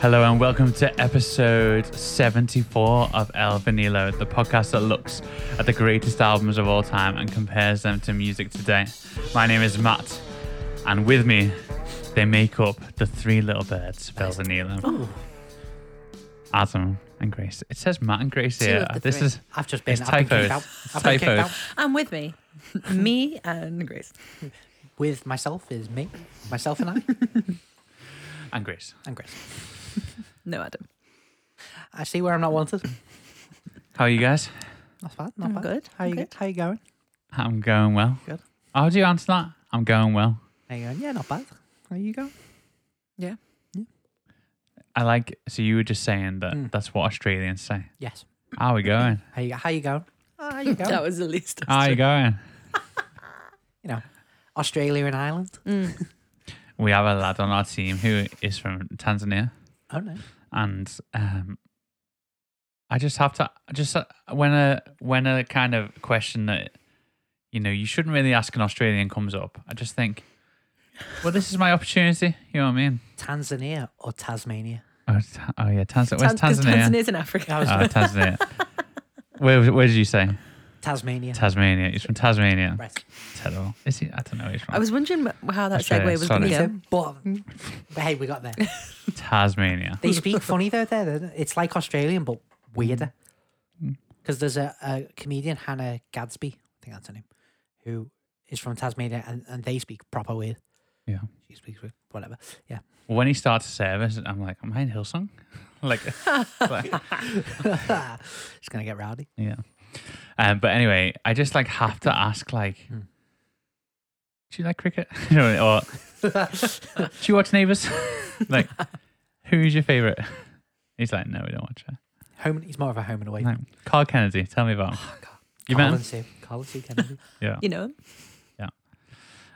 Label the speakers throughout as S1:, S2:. S1: Hello and welcome to episode 74 of El Vinilo, the podcast that looks at the greatest albums of all time and compares them to music today. My name is Matt, and with me, they make up the three little birds of El Vinilo. Adam and Grace. It says Matt and Grace
S2: Two
S1: here.
S2: of the
S1: This
S2: three.
S1: is
S3: I've just been
S1: it's
S3: I've been
S1: typos.
S3: kicked out.
S1: It's
S3: I've been kicked
S1: typos.
S3: out.
S2: And with me, me and Grace.
S3: With myself is me, myself and I,
S1: And Grace.
S3: and Grace.
S2: No, Adam.
S3: I see where I'm not wanted.
S1: How are you guys?
S3: That's bad. Not
S2: I'm
S3: bad.
S2: good,
S3: How
S2: I'm
S3: you
S2: good.
S3: How you going?
S1: I'm going well.
S3: Good.
S1: How do you answer that? I'm going well.
S3: How you going? Yeah, not bad. How you going?
S1: I like, so you were just saying that
S2: Hmm.
S3: Mm.
S1: that's what Australians say.
S3: Yes.
S1: How are we going?
S3: How you How you going? Oh, how you going?
S2: That was the least.
S1: How are you going?
S3: You know, Australia and Ireland.
S2: Mm.
S1: we have a lad on our team who is from Tanzania,
S3: Oh no.
S1: and um, I just have to just uh, when a when a kind of question that you know you shouldn't really ask an Australian comes up, I just think, well, this is my opportunity. You know what I mean?
S3: Tanzania or Tasmania?
S1: Oh, Ta- oh yeah, Tanzania. Where's
S2: Tan- 'cause
S1: Tanzania?
S2: Tanzania's in Africa.
S3: I
S1: Oh,
S3: was
S1: Tanzania. Where, where did you say
S3: Tasmania.
S1: Tasmania? He's from Tasmania.
S3: Right.
S1: Terrible. Is he? I don't know. He's from
S2: I was wondering wh- how that
S1: Australia,
S2: segue was
S1: sorry.
S2: going to
S1: Yeah.
S3: So,
S2: go.
S3: but, but hey, we got there.
S1: Tasmania.
S3: They speak funny though. There, don't they? it's like Australian but weirder. Because there's a, a comedian Hannah Gadsby, I think that's her name, who is from Tasmania, and, and they speak proper weird.
S1: Yeah.
S3: She speaks weird, whatever. Yeah.
S1: When he starts service, I'm like, am I in Hillsong? like, like
S3: it's gonna get rowdy.
S1: Yeah. Um, but anyway, I just like have to ask like,
S3: Hmm.
S1: do you like cricket? You know, or do you watch Neighbours? like, who's your favourite? He's like, no, we don't watch it.
S3: Home. He's more of a home and away.
S1: Like, Carl Kennedy, tell me about him. You met
S3: Oh, Carl
S1: him?
S3: and Sue. Carl and Sue Kennedy.
S1: Yeah.
S2: You know,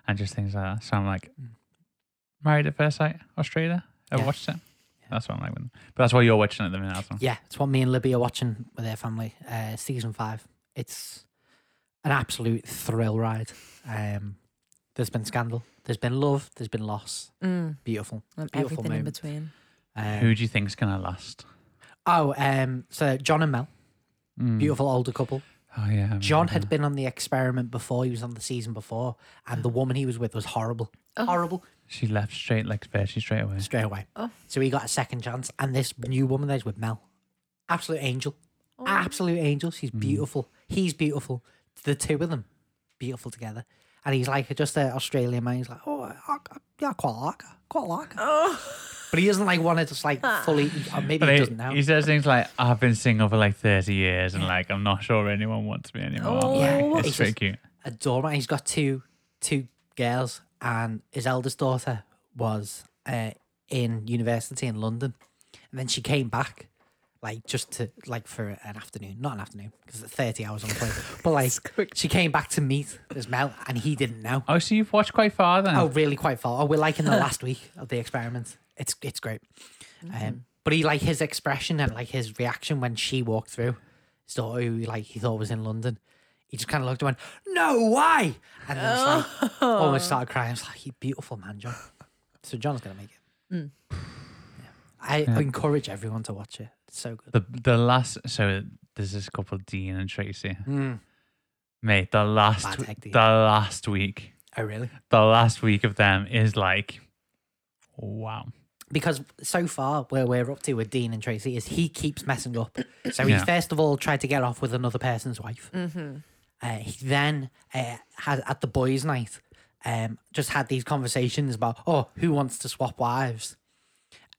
S1: And just things like that. So I'm like, Married at First Sight, Australia. I
S3: Hmm. Yeah.
S1: watched it. That's what I'm like. with them. But that's why you're watching it at the minute. Adam.
S3: yeah, it's what me and Libby are watching with their family. Uh, season five. It's an absolute thrill ride. Um, there's been scandal. There's been love. There's been loss.
S2: mm,
S3: Beautiful.
S2: and
S3: Beautiful
S2: everything in
S3: moment.
S2: between.
S3: Um,
S1: Who do you think's gonna last?
S3: Oh, um, so John and Mel,
S1: Mm.
S3: beautiful older couple.
S1: Oh yeah. I
S3: John
S1: remember.
S3: had been on the experiment before. He was on the season before, and
S1: Hmm.
S3: the woman he was with was horrible,
S2: Oh.
S3: horrible
S1: She left straight like Versi straight away.
S3: straight away.
S2: Oh.
S3: So he got a second chance, and this new woman there's with Mel, absolute angel,
S2: Oh.
S3: absolute angel. She's
S1: Hmm.
S3: beautiful. He's beautiful. The two of them, beautiful together. And he's like just an Australian man. He's like, oh, I, I, yeah, I quite like her, quite like her.
S2: Oh,
S3: But he doesn't like want to just like fully. Or maybe
S1: But
S3: he
S1: he,
S3: doesn't know.
S1: he says things like, "I've been single for like thirty years, and like I'm not sure anyone wants me anymore."
S2: Oh.
S1: Like,
S3: Yeah.
S1: it's
S3: It's
S1: pretty
S3: just-
S1: cute.
S3: a doorman. He's got two two girls, and his eldest daughter was uh, in university in London, and then she came back, like just to like for an afternoon, not an afternoon because it's thirty hours on the plane, but like she came back to meet this Mel, and he didn't know.
S1: Oh, so you've watched quite far then?
S3: Oh, really? Quite far. Oh, we're like in the last week of the experiment. It's it's great. Um, but he like his expression and like his reaction when she walked through. His daughter, who like he thought was in London, he just kind of looked and went, "No, why?" And then it's like almost started crying. I was like, "You beautiful man, John." So John's gonna make it.
S2: Mm.
S3: Yeah. I encourage everyone to watch it. It's so good.
S1: The the last so there's this couple Dean and Tracy.
S3: Mm.
S1: Mate, the last
S3: Bad
S1: w-
S3: tag
S1: the
S3: team.
S1: last week,
S3: Oh, really?
S1: the last week of them is like, wow.
S3: because so far where we're up to with Dean and Tracy is he keeps messing up. So he
S1: Yeah.
S3: first of all tried to get off with another person's wife. Mm-hmm. Uh, he then uh, had at the boys' night um, just had these conversations about oh who wants to swap wives.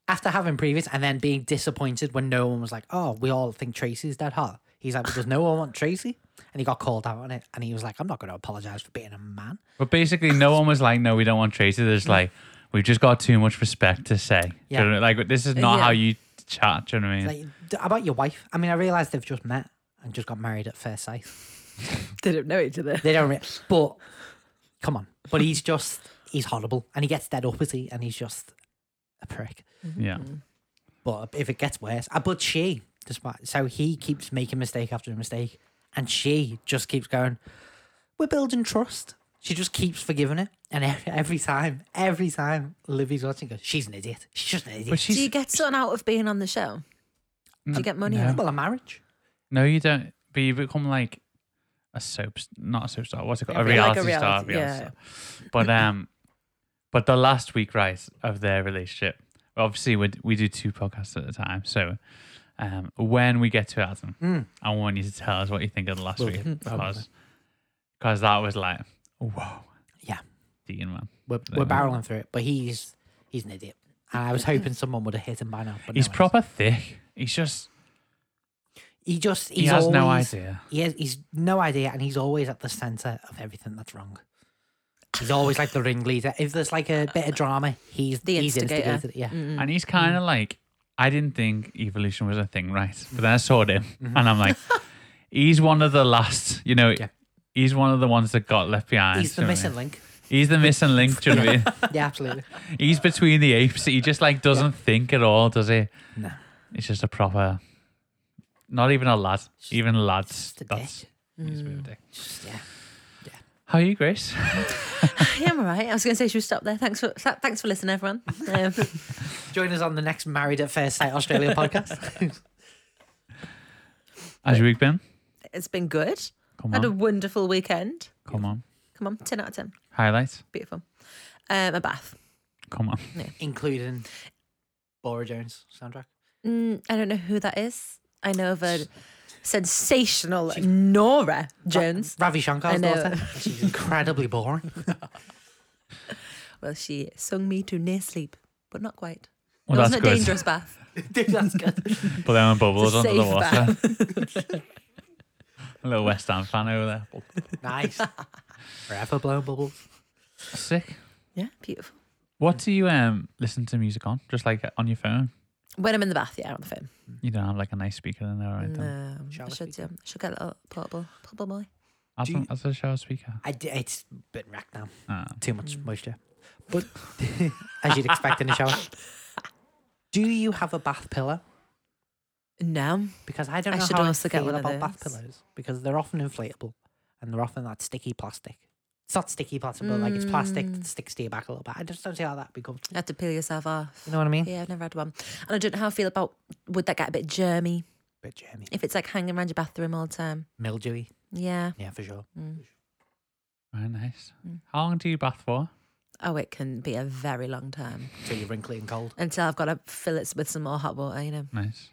S3: After having previous and then being disappointed when no one was like oh we all think Tracy's dead hot. He's like does no one want Tracy? And he got called out on it and he was like I'm not going to apologize for being a man.
S1: But basically, no one was like, "No, we don't want Tracy." There's like, we've just got too much respect to say. Do you
S3: Hmm. Yeah.
S1: know- like this is not
S2: Yeah.
S1: how you chat. Do you know what I mean?
S3: Like, d- about your wife. I mean I realize they've just met and just got married at first sight.
S2: didn't know each other.
S3: They don't. Re- but come on. But he's just he's horrible, and he gets dead uppity, and he's just a prick.
S1: yeah.
S3: mm, But if it gets worse, uh, but she, despite so he keeps making mistake after mistake, and she just keeps going. We're building trust. She just keeps forgiving it, and every, every time, every time Livy's watching, goes, "She's an idiot. She's just an idiot."
S1: But she's
S2: Do you get something out of being on the show? Do you get money?
S1: Mm. no.
S2: out of it?
S3: well, a marriage.
S1: no, you don't. But you become like a soap, not a soap star. What's it called? A,
S2: Yeah,
S1: reality
S2: like a
S1: star.
S2: reality-
S1: reality
S2: yeah.
S1: star. But um, but the last week, right, of their relationship. Obviously, we we do two podcasts at a time, so. Um, when we get to Adam,
S3: Mm.
S1: I want you to tell us what you think of the last
S3: Will
S1: week
S3: do. I will
S1: because because that was like whoa
S3: Yeah.
S1: Dean man
S3: We're,
S1: They
S3: we're
S1: won't.
S3: barreling through it, but he's he's an idiot. And I was hoping someone would have hit him by now. But no
S1: he's
S3: one has.
S1: proper thick he's just
S3: He just he's
S1: he has
S3: always,
S1: no idea
S3: He has, he's no idea, and he's always at the center of everything that's wrong. He's always like the ringleader. If there's like a bit of drama, he's
S2: The
S3: he's
S2: instigator.
S3: instigated. Yeah.
S1: and he's kind of like I didn't think evolution was a thing right but then I saw him and I'm like he's one of the last you know
S3: Yeah.
S1: he's one of the ones that got left behind
S3: He's the
S1: do you know what I
S3: missing
S1: mean?
S3: link.
S1: he's the missing link do you know what I mean
S3: Yeah, absolutely.
S1: he's between the apes he just like doesn't think at all does he
S3: No.
S1: it's just a proper not even a lad even lads
S3: just a Mm.
S1: that's he's a bit of a dick
S3: Just, yeah.
S1: How are you, Grace?
S2: Yeah, I'm all right. I was going to say, should we stop there? Thanks for th- thanks for listening, everyone. Um,
S3: Join us on the next Married at First Sight Australia podcast.
S1: How's your week been?
S2: it's been good.
S1: Come
S2: Had a
S1: on,
S2: wonderful weekend.
S1: come on.
S2: Come on, ten out of ten.
S1: Highlights?
S2: Beautiful. Um, a bath.
S1: Come on.
S3: including Bora Jones soundtrack.
S2: Mm, I don't know who that is. I know of a sensational Nora Jones.
S3: Ravi
S2: I
S3: Shankar's
S2: know.
S3: daughter. She's incredibly boring.
S2: Well, she sung me to near sleep, but not quite.
S1: Well,
S2: it
S1: that's
S2: wasn't a
S1: good.
S2: dangerous bath.
S3: Dude, that's good.
S1: Put them in bubbles
S2: It's a
S1: under the
S2: safe
S1: water. a little West Ham fan over there.
S3: nice. Forever blowing bubbles.
S1: Sick.
S2: Yeah, beautiful.
S1: What do you um listen to music on? Just like on your phone?
S2: When I'm in the bath, yeah, on the phone.
S1: You don't have like a nice speaker in there or anything.
S2: No, I
S3: Shower
S2: should, do. I should get a little portable, portable boy.
S1: As,
S3: Do you-
S1: as a shower speaker.
S3: I d- it's been wrecked now.
S1: Ah.
S3: Too
S2: Mm.
S3: much moisture. But as you'd expect in a shower. Do you have a bath pillow?
S2: No,
S3: Because I don't
S2: I
S3: know
S2: should
S3: how
S2: also
S3: I
S2: get
S3: feel
S2: one of
S3: about bath
S2: those.
S3: pillows because they're often inflatable and they're often that sticky plastic. It's not sticky plastic, but like it's plastic
S2: Mm.
S3: that sticks to your back a little bit. I just don't see how that becomes.
S2: you have to peel yourself off.
S3: You know what I mean?
S2: Yeah, I've never had one. And I don't know how I feel about would that get a bit germy
S3: Bit germy,
S2: if it's like hanging around your bathroom all the time.
S3: mildewy.
S2: Yeah.
S3: Yeah, for sure.
S2: Mm.
S1: Very nice.
S2: Mm.
S1: How long do you bath for?
S2: Oh, it can be a very long time
S3: So you're wrinkly and cold.
S2: until I've got to fill it with some more hot water, you know,
S1: Nice.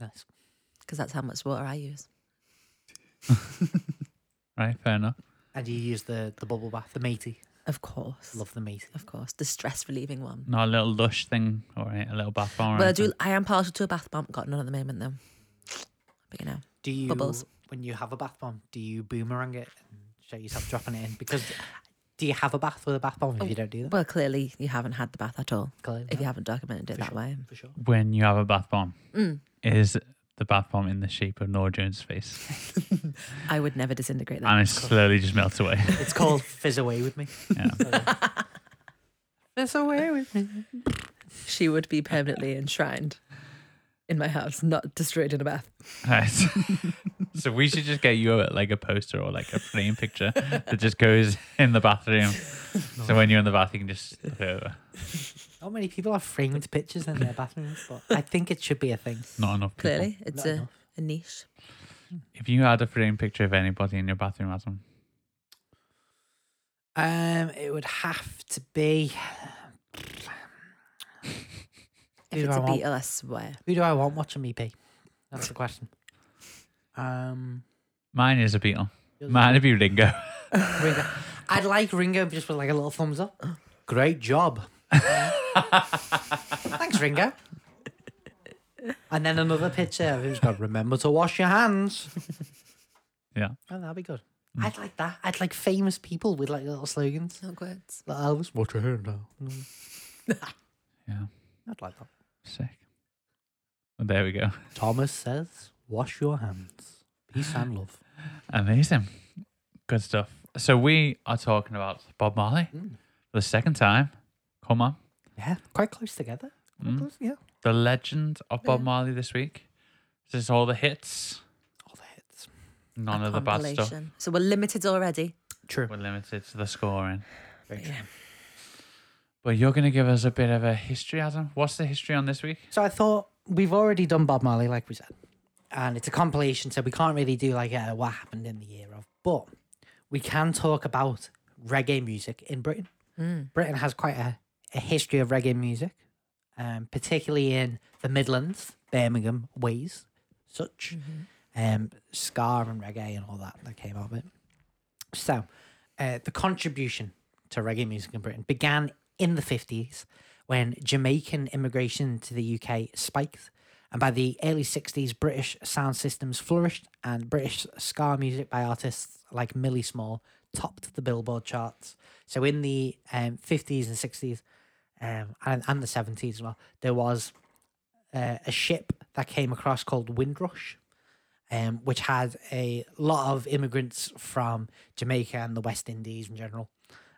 S3: Nice.
S2: because that's how much water I use.
S1: Right, fair enough.
S3: And you use the the bubble bath, the matey.
S2: Of course.
S3: Love the matey.
S2: Of course. The stress relieving one.
S1: Not a little lush thing or a little bath bomb. or
S2: Well, I
S1: anything?
S2: do. I am partial to a bath bomb. Got none at the moment, though. But you know,
S3: Do you
S2: Bubbles.
S3: when you have a bath bomb? Do you boomerang it and show yourself dropping it in? Because do you have a bath with a bath bomb if you don't do that?
S2: well, clearly you haven't had the bath at all
S3: Clearly
S2: if
S3: not,
S2: you haven't documented it
S3: For
S2: that
S3: sure.
S2: way.
S3: for sure.
S1: When you have a bath bomb,
S2: Mm.
S1: is the bath bomb in the shape of Nora Jones' face?
S2: I would never disintegrate that.
S1: and it slowly just melts away.
S3: It's called fizz away with me.
S1: Yeah.
S3: Fizz away with me.
S2: She would be permanently enshrined in my house, not destroyed in a bath.
S1: Right. so we should just get you a, like a poster or like a frame picture that just goes in the bathroom. So when you're in the bath, you can just look over.
S3: Not many people have framed pictures in their bathrooms, but I think it should be a thing.
S1: Not enough people.
S2: Clearly, it's
S3: Not
S2: a,
S3: enough.
S2: a niche.
S1: If you had a frame picture of anybody in your bathroom, Adam,
S3: Um, it would have to be.
S2: If
S3: Who do
S2: it's
S3: I
S2: a
S3: want?
S2: beetle, I swear.
S3: Who do I want watching me pee? That's the question. Um,
S1: mine is a beetle. Mine would be Ringo.
S3: Ringo. I'd like Ringo just with like a little thumbs up. Great job. Thanks, Ringo. And then another picture of him's got remember to wash your hands.
S1: Yeah. Mm.
S3: Oh, that'd be good. I'd like that. I'd like famous people with like little slogans.
S2: Not words.
S3: Like Elvis, watch your hair now.
S1: Yeah.
S3: I'd like that.
S1: Sick. Well, there we go.
S3: Thomas says, wash your hands. Peace and love.
S1: Amazing. Good stuff. So we are talking about Bob Marley
S3: Mm.
S1: for the second time. Come on.
S3: Yeah, quite close together. Quite
S1: Mm.
S3: close, yeah.
S1: The legend of Bob
S2: Mm-hmm. Yeah.
S1: Marley this week. This is all the hits,
S3: All the hits.
S1: none
S2: A
S1: of the bad stuff.
S2: compilation. So we're limited already.
S3: True.
S1: We're limited to the scoring.
S3: Very true.
S2: Yeah.
S1: But you're going to give us a bit of a history, Adam. What's the history on this week?
S3: So I thought we've already done Bob Marley, like we said, and it's a compilation, so we can't really do like a, what happened in the year of, but we can talk about reggae music in Britain.
S2: Mm.
S3: Britain has quite a, a history of reggae music, um, particularly in the Midlands, Birmingham, ways, such,
S2: Mm-hmm.
S3: um, ska and reggae and all that that came of it. So, uh, the contribution to reggae music in Britain began in the 50s when Jamaican immigration to the UK spiked. And by the early 60s, British sound systems flourished, and British ska music by artists like Millie Small topped the Billboard charts. So, in the um, 50s and 60s, um, and, and the 70s as well, there was uh, a ship that came across called Windrush um, which had a lot of immigrants from Jamaica and the West Indies in general.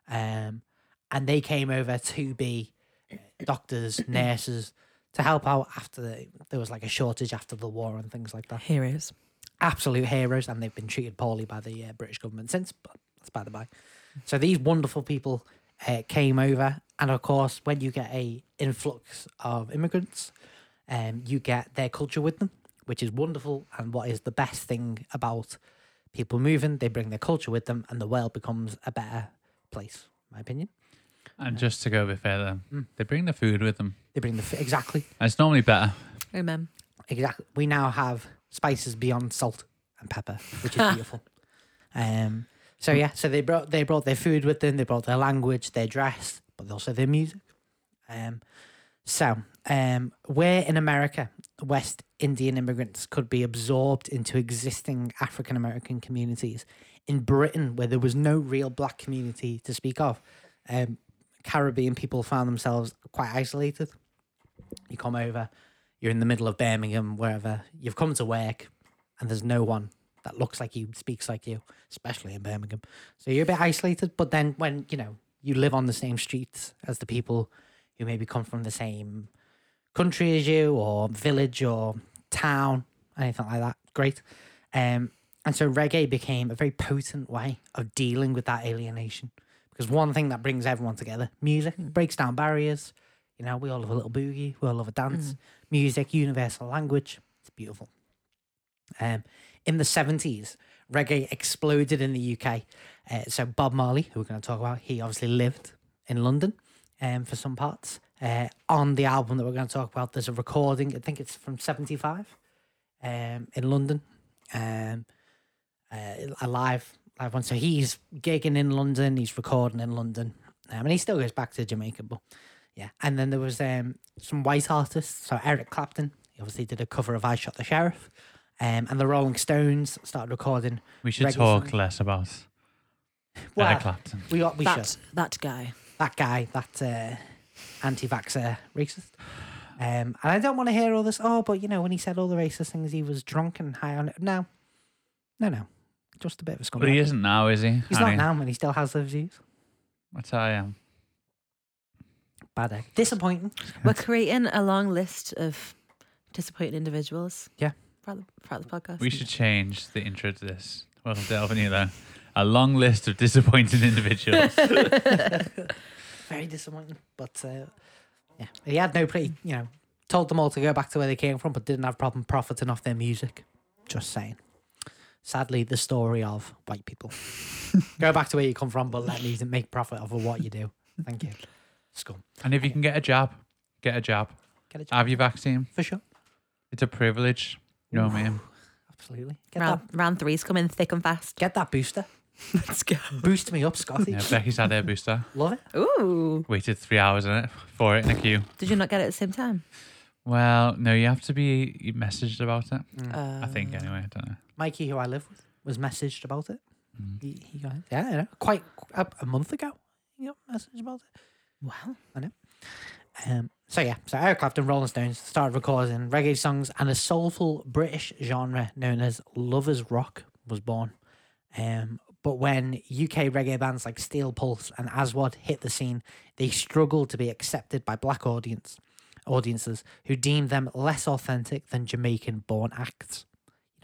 S3: Um, and they came over to be uh, doctors, nurses, to help out after the, there was like a shortage after the war and things like that.
S2: Heroes.
S3: Absolute heroes, and they've been treated poorly by the uh, British government since, but that's by the by. So these wonderful people uh, came over, and of course, when you get a influx of immigrants, um, you get their culture with them, which is wonderful. And what is the best thing about people moving? They bring their culture with them, and the world becomes a better place. in My opinion.
S1: And just to go a bit further,
S3: Hmm.
S1: they bring the food with them.
S3: They bring the f- exactly,
S1: And it's normally better.
S2: Amen.
S3: exactly. We now have spices beyond salt and pepper, which is beautiful. Um, so yeah, so they brought they brought their food with them. They brought their language, their dress, but also their music. Um, so um, where in America West Indian immigrants could be absorbed into existing African American communities, in Britain where there was no real black community to speak of, um, Caribbean people found themselves quite isolated. You come over, you're in the middle of Birmingham, wherever you've come to work, and there's no one that looks like you, speaks like you, especially in Birmingham. So you're a bit isolated, but then when, you know, you live on the same streets as the people who maybe come from the same country as you or village or town, anything like that, great. Um, and so reggae became a very potent way of dealing with that alienation. Because one thing that brings everyone together, music breaks down barriers. You know, we all love a little boogie, we all love a dance. Music, universal language, it's beautiful. Um, in the 70s, reggae exploded in the UK. Uh, so Bob Marley, who we're going to talk about, he obviously lived in London um, for some parts. Uh, on the album that we're going to talk about, there's a recording. I think it's from '75 um, in London, um, uh, a live live one. So he's gigging in London. He's recording in London, um, and he still goes back to Jamaica. But yeah, and then there was um, some white artists. So Eric Clapton, he obviously did a cover of "I Shot the Sheriff," um, and the Rolling Stones started recording.
S1: We should
S3: Reggae
S1: talk
S3: songs.
S1: less about
S3: Well,
S1: Eric Clapton.
S3: we got we should.
S2: That, that guy.
S3: that guy, that uh, anti-vaxxer racist. Um, and I don't want to hear all this. Oh, but you know when he said all the racist things, he was drunk and high on it. No, no, no, just a bit of a scumbag.
S1: But he isn't now, is he?
S3: He's
S1: Harry?
S3: not now, and he still has those views.
S1: I tell you.
S3: Bad egg. Disappointing.
S2: We're creating a long list of disappointing individuals.
S3: Yeah.
S2: Throughout the, throughout the podcast.
S1: We should change the intro to this. Welcome to Elvin though. A long list of disappointed individuals.
S3: Very disappointing. But uh, yeah, he had no pretty. You know, told them all to go back to where they came from, but didn't have problem profiting off their music. Just saying. Sadly, the story of white people. go back to where you come from, but let me make profit off of what you do. Thank you. Scum.
S1: and if you can get a jab, get a jab.
S3: Get a job
S1: Have your vaccine.
S3: for sure.
S1: It's a privilege. You know what I mean?
S3: Absolutely. Get
S2: Round,
S3: that.
S2: round three's coming thick and fast.
S3: Get that booster.
S2: Let's go.
S3: Boost me up, Scotty.
S1: Yeah, Becky's had her booster.
S3: Love it.
S2: Ooh.
S1: Waited three hours in it for it in a queue.
S2: Did you not get it at the same time?
S1: Well, no, you have to be messaged about it.
S2: Uh,
S1: I
S3: Ah.
S1: think anyway. I don't know.
S3: Mikey, who I live with, was messaged about it. He, he got it. Yeah, I know. quite a, a month ago. He got messaged about it.
S2: Wow.
S3: Um, so yeah, so Eric Clapton, Rolling Stones started recording reggae songs, and a soulful British genre known as lovers rock was born. Um, but when UK reggae bands like Steel Pulse and Aswad hit the scene, they struggled to be accepted by black audience audiences who deemed them less
S2: Mm.
S3: authentic than Jamaican-born acts.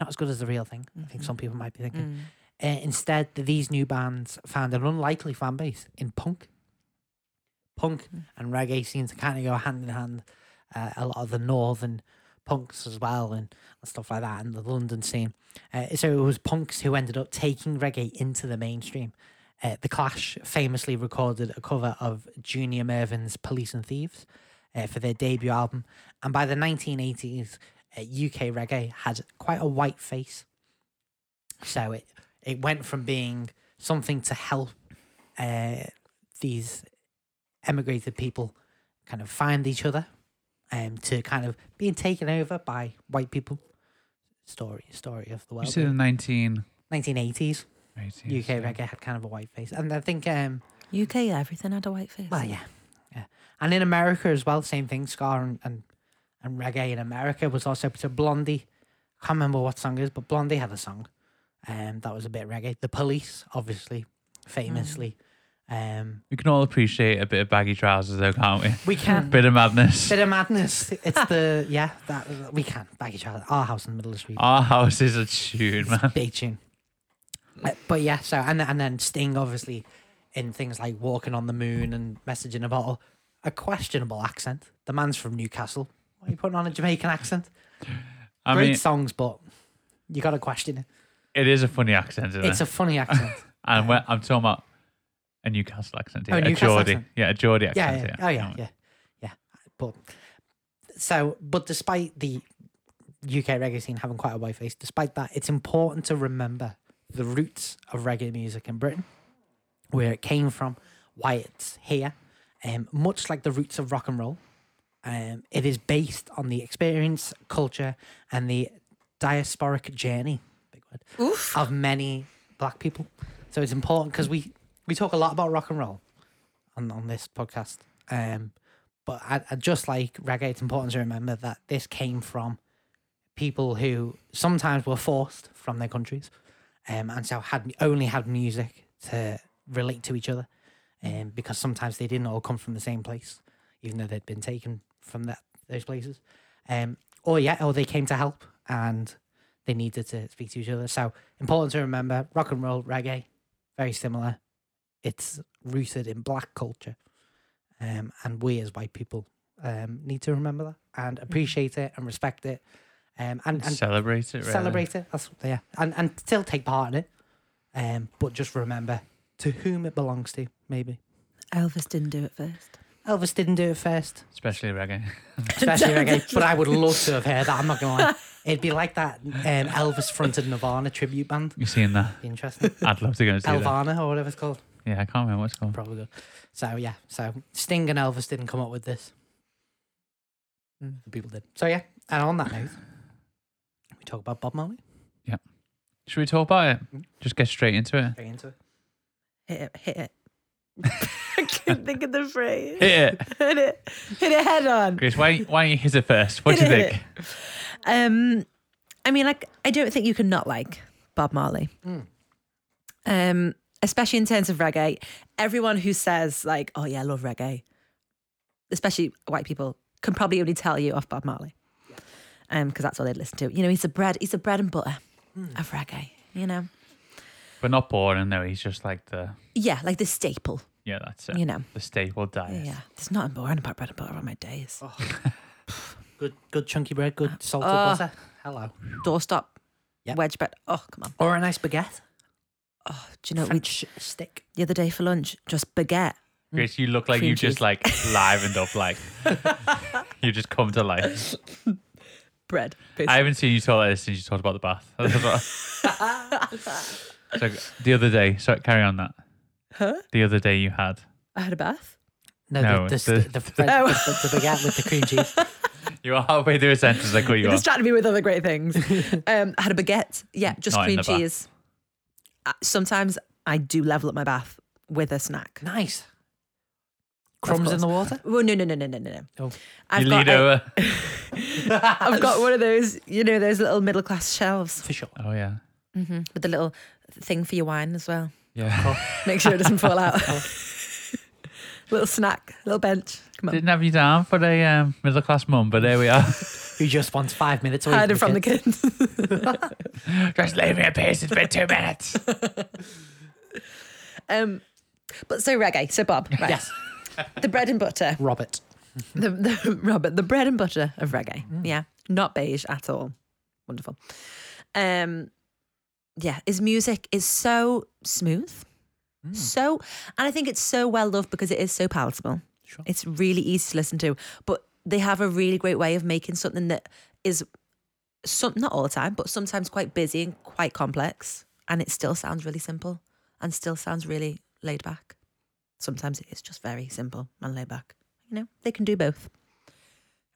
S3: Not as good as the real thing. I think some people might be thinking. Uh, instead, these new bands found an unlikely fan base in punk. Punk and reggae seem to kind of go hand in hand. Uh, a lot of the northern punks as well and, and stuff like that, and the London scene. Uh, so it was punks who ended up taking reggae into the mainstream. Uh, the Clash famously recorded a cover of Junior Mervyn's Police and Thieves uh, for their debut album. And by the 1980s, uh, UK reggae had quite a white face. So it, it went from being something to help uh, these emigrated people kind of find each other um, to kind of being taken over by white people. Story, story of the
S1: You
S3: world.
S1: said the 1980s.
S3: 1980s. UK reggae had kind of a white face, and I think, um,
S2: UK everything had a white face.
S3: well, yeah, yeah, and in America as well, same thing. Ska and and, and reggae in America was also so Blondie. I can't remember what song it is, but Blondie had a song, um, that was a bit reggae. The Police, obviously, famously, um,
S1: We can all appreciate a bit of baggy trousers, though, can't we?
S3: we can.
S1: bit of madness.
S3: Hmm. Bit of madness. It's the yeah that we can back each other. Our house in the middle of the street.
S1: Our house is a tune, man.
S3: big tune. Uh, but yeah, so and and then Sting obviously in things like Walking on the Moon and Message in a Bottle, a questionable accent. The man's from Newcastle. Why are you putting on a Jamaican accent?
S1: I
S3: Great
S1: mean,
S3: songs, but you got to question it.
S1: it is a funny accent, isn't
S3: It's
S1: it?
S3: a funny accent.
S1: and when, I'm talking about a Newcastle accent here.
S3: Oh,
S1: a
S3: Newcastle
S1: Geordie.
S3: accent.
S1: Yeah, a Geordie
S3: yeah,
S1: accent
S3: yeah. Oh yeah, yeah, yeah. But so, but despite the UK reggae scene having quite a white face, despite that, it's important to remember the roots of reggae music in Britain, where it came from, why it's here. Um, much like the roots of rock and roll, um, it is based on the experience, culture, and the diasporic journey big word,
S2: Oof.
S3: of many black people. So it's important because we, we talk a lot about rock and roll on, on this podcast. Um, but I, I just like reggae, it's important to remember that this came from people who sometimes were forced from their countries um, and so had only had music to relate to each other um, because sometimes they didn't all come from the same place, even though they'd been taken from that those places. Um, or yeah, or they came to help and they needed to speak to each other. So important to remember: rock and roll, reggae, very similar. It's rooted in black culture, um, and we as white people um, need to remember that and appreciate it and respect it, um, and, and
S1: Celebrate it, really.
S3: celebrate it. That's yeah, and and still take part in it, um, but just remember to whom it belongs to. Maybe
S2: Elvis didn't do it first.
S3: Elvis didn't do it first,
S1: Especially reggae.
S3: especially reggae. But I would love to have heard that. I'm not gonna lie, it'd be like that um, Elvis fronted Nirvana tribute band.
S1: You seen that?
S3: Be interesting,
S1: I'd love to go and see that.
S3: Elvana or whatever it's called.
S1: Yeah, I can't remember what's called.
S3: Probably good. So yeah, so Sting and Elvis didn't come up with this. The people did. So yeah, and on that note, we talk about Bob Marley.
S1: Should we talk about
S3: Mm.
S1: it? Just get straight into it.
S3: Very into it.
S2: Hit it, hit it. I couldn't think of the phrase.
S1: Hit it.
S2: Hit it, hit it head on.
S1: Grace, why, why don't you hit it first? What do you
S2: Hit it,
S1: think?
S2: Um, I mean, like, I don't think you can not like Bob Marley.
S3: Mm.
S2: Um, especially in terms of reggae. Everyone who says like, "Oh yeah, I love reggae," especially white people, can probably only tell you off Bob Marley, um, because that's all they listen to. You know, he's a bread, he's a bread and butter
S1: Hmm.
S2: of reggae. You know,
S1: But not boring, though. He's just like the,
S2: yeah, like the staple.
S1: yeah, that's it.
S2: You know,
S1: The staple diet.
S2: yeah, there's nothing boring about bread and butter on my days.
S3: Oh. Good, good chunky bread, good salted
S2: Ah.
S3: butter. Hello.
S2: Doorstop,
S3: Yeah.
S2: wedge bread. Oh come on.
S3: Or a nice baguette.
S2: Oh, do you know we,
S3: French stick.
S2: the other day for lunch just baguette.
S1: Grace, you look like you
S2: Cream
S1: just
S2: cheese.
S1: like livened up, like you just come to life.
S2: bread.
S1: I haven't seen you talk like this since you talked about the bath. so the other day, so carry on that.
S2: Huh?
S1: The other day you had,
S2: I had a bath.
S3: No,
S1: No,
S3: the, the,
S1: the-
S3: the, the, French,
S2: Oh.
S3: the, the baguette with the cream cheese.
S1: you were halfway through a sentence. I cut you
S2: You're
S1: off.
S2: distracting me with other great things. um, I had a baguette. Yeah, just
S1: Not in
S2: cream
S1: the bath.
S2: cheese. Uh, sometimes I do level up my bath with a snack.
S3: Nice.
S2: Of
S3: Crumbs in
S2: course.
S3: the water.
S2: Well, no, no, no, no, no, no.
S3: Oh.
S1: You
S2: I've
S1: lead
S2: got, a-
S1: over.
S2: I've got one of those, you know, those little middle class shelves
S3: For sure.
S1: Oh yeah,
S2: hmm with the little thing for your wine as well.
S1: yeah.
S2: Make sure it doesn't fall out. little snack, little bench. Come on.
S1: Didn't have you down for the um, middle class mum, but there we are.
S3: who just wants five minutes away
S2: Hide it from the
S3: kids.
S2: kids.
S1: Just leave me in peace. It's been two minutes.
S2: Um, but so reggae. So Bob, right.
S3: Yes,
S2: the bread and butter,
S3: Robert.
S2: the, the Robert, the bread and butter of reggae. Yeah, not beige at all. Wonderful. Um, yeah, his music is so smooth, so, and I think it's so well loved because it is so palatable.
S3: Sure.
S2: It's really easy to listen to, but they have a really great way of making something that is some not all the time, but sometimes quite busy and quite complex, and it still sounds really simple and still sounds really laid back. Sometimes it's just very simple and laid back. You know, they can do both.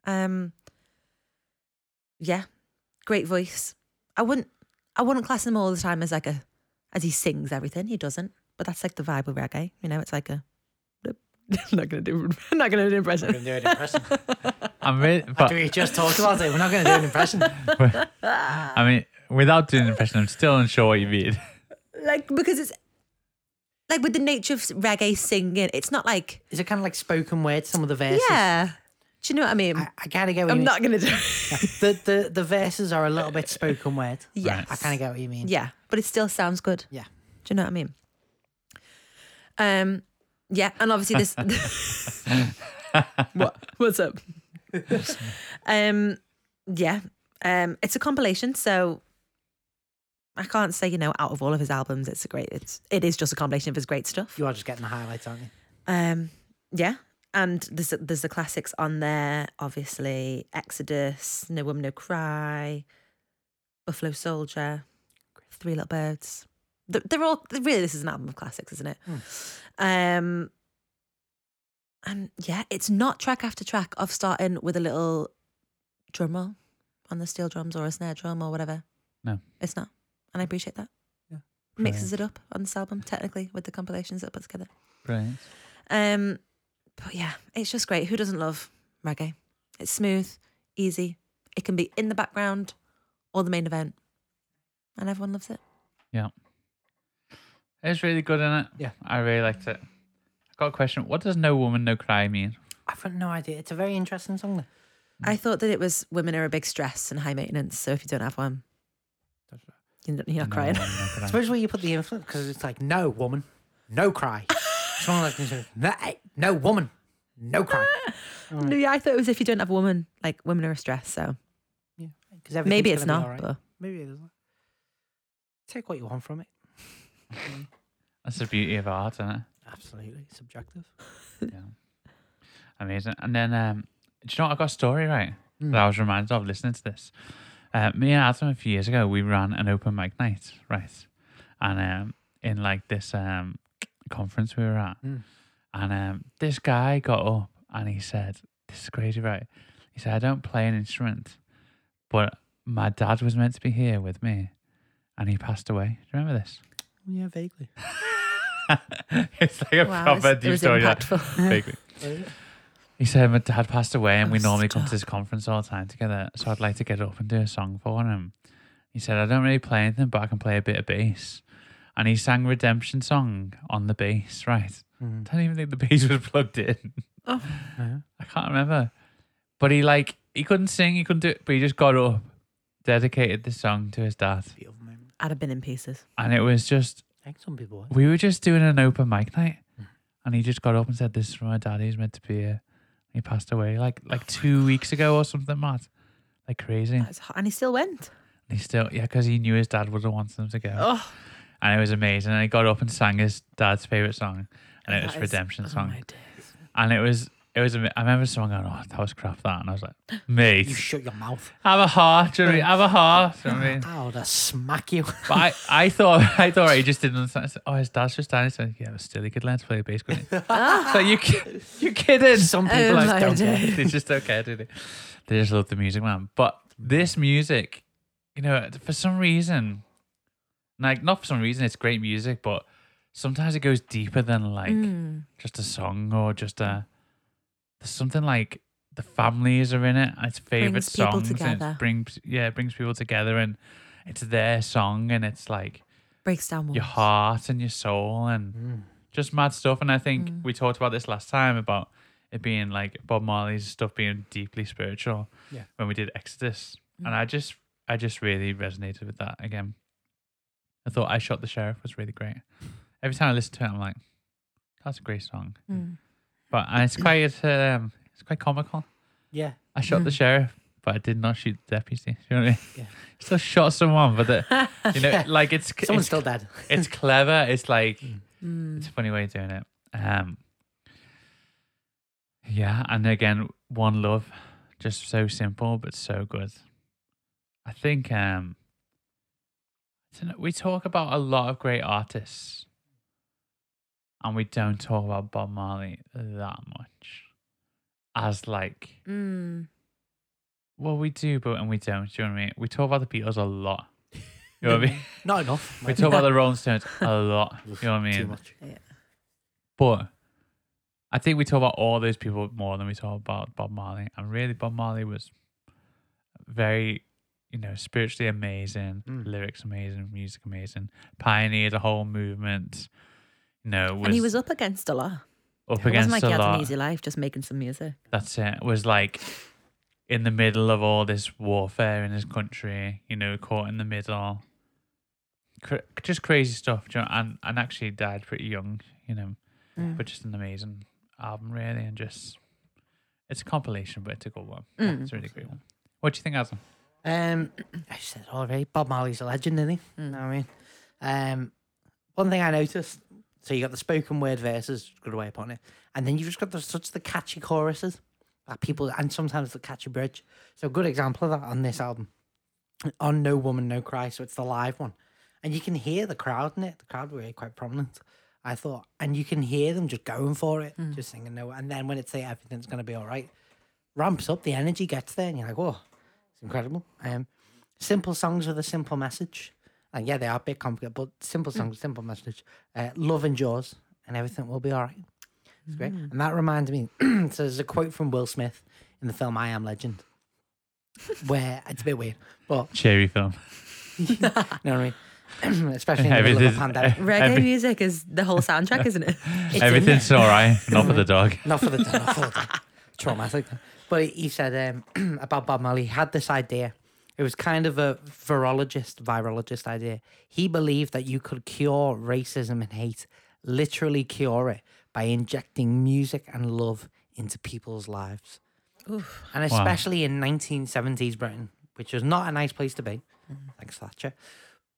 S2: Um, yeah, great voice. I wouldn't, I wouldn't class him all the time as like a, as he sings everything. He doesn't, but that's like the vibe of reggae. You know, it's like a. Nope. not gonna do. Not gonna do impression.
S3: do an impression.
S1: I'm really,
S3: Do
S1: but
S3: we just talked about it? We're not going to do an impression.
S1: I mean, without doing an impression, I'm still unsure what you mean.
S2: Like because it's, like with the nature of reggae singing, it's not like
S3: Is it kind of like spoken word? Some of the verses.
S2: yeah. Do you know what I mean?
S3: I, I gotta get what
S2: I'm
S3: you
S2: not gonna do. it.
S3: mean. The, the the verses are a little bit spoken word.
S2: yes.
S3: I kind of get what you mean.
S2: Yeah, but it still sounds good.
S3: Yeah.
S2: Do you know what I mean? Um, yeah, and obviously this. what? What's up? um, yeah, um, it's a compilation, so I can't say you know out of all of his albums, it's a great. It's it is just a compilation of his great stuff.
S3: You are just getting the highlights, aren't you?
S2: Um, yeah. And there's there's the classics on there, obviously Exodus, No Woman No Cry, Buffalo Soldier, Three Little Birds. They're, they're all really this is an album of classics, isn't it? Um, and yeah, it's not track after track of starting with a little drum roll on the steel drums or a snare drum or whatever.
S1: No.
S2: it's not, and I appreciate that.
S3: Yeah.
S2: mixes it up on this album technically with the compilations that I put together.
S1: Brilliant.
S2: Um, but yeah, it's just great. Who doesn't love reggae? It's smooth, easy. It can be in the background or the main event, and everyone loves it.
S1: Yeah. It was really good, in it?
S3: Yeah.
S1: I really liked it. I got a question. What does no woman, no cry mean?
S3: I've got no idea. It's a very interesting song. though.
S2: I thought that it was women are a big stress and high maintenance. So if you don't have one, you're not- you're not
S1: No
S2: crying.
S1: woman, no cry.
S3: Suppose where you put the influence because it's like no woman, no cry. Someone like this, no, eh, no woman, no cry. Mm.
S2: No, yeah, I thought it was if you don't have a woman, like women are a stress. So
S3: Yeah, 'cause everything's
S2: maybe it's
S3: gonna be
S2: not,
S3: alright.
S2: but
S3: Maybe it isn't. Take what you want from it.
S1: That's the beauty of art, isn't it?
S3: Absolutely subjective.
S1: Amazing. And then, um, do you know what? I got a story right that I was reminded of listening to this. Uh, me and Adam a few years ago, we ran an open mic night, right? And um, in like this um, conference we were at, and um, this guy got up and he said, "This is crazy, right?" He said, "I don't play an instrument, but my dad was meant to be here with me, and he passed away. Do you remember this?"
S3: Yeah, vaguely.
S1: it's like a
S2: wow,
S1: proper
S2: it
S1: deep
S2: was
S1: story. like,
S2: impactful.
S1: vaguely. He said, My dad passed away, and we
S2: Oh,
S1: normally come to
S2: stop.
S1: this conference all the time together. So I'd like to get up and do a song for him. He said, I don't really play anything, but I can play a bit of bass. And he sang Redemption Song on the bass, right? I don't even think the bass was plugged in.
S2: Oh.
S1: I can't remember. But he, like, he couldn't sing, he couldn't do it, but he just got up, dedicated the song to his dad.
S3: Beautiful moment.
S2: I'd have been in pieces.
S1: And it was just
S3: I think some people would.
S1: we were just doing an open mic night,
S2: Mm.
S1: and he just got up and said, "This is for my dad. He's meant to be here. He passed away like
S2: Oh
S1: like two weeks ago or something, Matt. Like crazy. And
S2: That's hot. And he still went.
S1: he still, yeah, because he knew his dad would have wanted him to go,
S2: Oh,
S1: and it was amazing. And he got up and sang his dad's favorite song, and it was
S2: that is-
S1: Redemption
S2: oh
S1: song,
S2: my days.
S1: and it was. It was. ama- I remember someone going, "Oh, that was crap." That, and I was like, "Mate,
S3: You shut your mouth.
S1: have a heart, do you know what I mean? have a heart." do you know what I mean?
S3: I'll just smack you.
S1: But I, I thought I thought he just didn't understand. I said, oh, his dad's just dying. He said, yeah, but still, he could learn to play the bass. couldn't he?
S2: Ah.
S1: so you ki- you kidding?
S3: Some people
S2: Oh
S1: like
S2: my
S1: don't
S2: days.
S1: care. They just don't care, do they? They just love the music, man. But this music, you know, for some reason, like not for some reason, it's great music, but sometimes it goes deeper than like
S2: Mm.
S1: just a song or just a there's something like the families are in it and it's favorite
S2: Brings people
S1: songs and
S2: together.
S1: it brings yeah it brings people together and it's their song and it's like
S2: Breaks down walls.
S1: your heart and your soul and just mad stuff and i think we talked about this last time about it being like Bob Marley's stuff being deeply spiritual.
S3: Yeah.
S1: When we did Exodus,
S2: Mm.
S1: and I just I just really resonated with that again. I thought I shot the sheriff was really great. Every time I listen to it, I'm like, that's a great song.
S2: Mm.
S1: But and it's quite it's, um, it's quite comical.
S3: Yeah.
S1: I shot the sheriff, but I did not shoot the deputy. You know what I mean?
S3: Yeah.
S1: Still shot someone, but the, you know, like it's
S3: Someone's
S1: it's,
S3: still dead.
S1: it's clever. It's like
S2: Mm.
S1: it's a funny way of doing it. Um, yeah, and again, one love, just so simple but so good. I think um, I dunno, we talk about a lot of great artists, and we don't talk about Bob Marley that much. As like,
S2: Mm.
S1: well, we do, but and we don't. Do you know what I mean? We talk about the Beatles a lot. You know what I mean?
S3: Not enough.
S1: We talk about the Rolling Stones a lot. You know what I mean?
S3: Too much.
S1: But I think we talk about all those people more than we talk about Bob Marley. And really, Bob Marley was very, you know, spiritually amazing,
S3: Mm.
S1: lyrics amazing, music amazing, pioneered a whole movement. You know, was,
S2: and he was up against a lot.
S1: up
S2: It
S1: against
S2: wasn't like
S1: a
S2: he had
S1: lot.
S2: an easy life, just making some music.
S1: That's it. Was like in the middle of all this warfare in his country. You know, caught in the middle. Cra- just crazy stuff. do you know, and and actually died pretty young. You know,
S3: Mm.
S1: but just an amazing album, really, and just it's a compilation, but it's a good one. Yeah,
S2: Mm.
S1: It's a really great one. What do you think, Adam?
S3: Um, I said it already. Bob Marley's a legend, isn't he? You know what I mean? Um, one thing I noticed. So you got the spoken word verses, good way upon it, and then you've just got the, such the catchy choruses that people, and sometimes the catchy bridge. So a good example of that on this album, on No Woman No Cry. So it's the live one, and you can hear the crowd in it. The crowd were really quite prominent. I thought, and you can hear them just going for it, just singing no. And then when it's say everything's gonna be all right, ramps up, the energy gets there, and you're like, whoa, it's incredible. Um, simple songs with a simple message. And yeah, they are a bit complicated, but simple songs, simple message. Uh, love endures, and everything will be all right. It's great. And that reminds me so there's a quote from Will Smith in the film I Am Legend, where it's a bit weird, but
S1: Cherry film.
S3: you know what I mean? Especially in the middle of a pandemic.
S2: Reggae
S1: Every-
S2: music is the whole soundtrack, isn't it?
S3: It's in Mm.
S1: everything's all right, not for the dog.
S3: not for the not for the dog. Traumatic. But he- he said um, about Bob Marley, he had this idea. It was kind of a virologist, virologist idea. He believed that you could cure racism and hate, literally cure it by injecting music and love into people's lives. And especially in 1970s Britain, which was not a nice place to be. Thanks, Thatcher.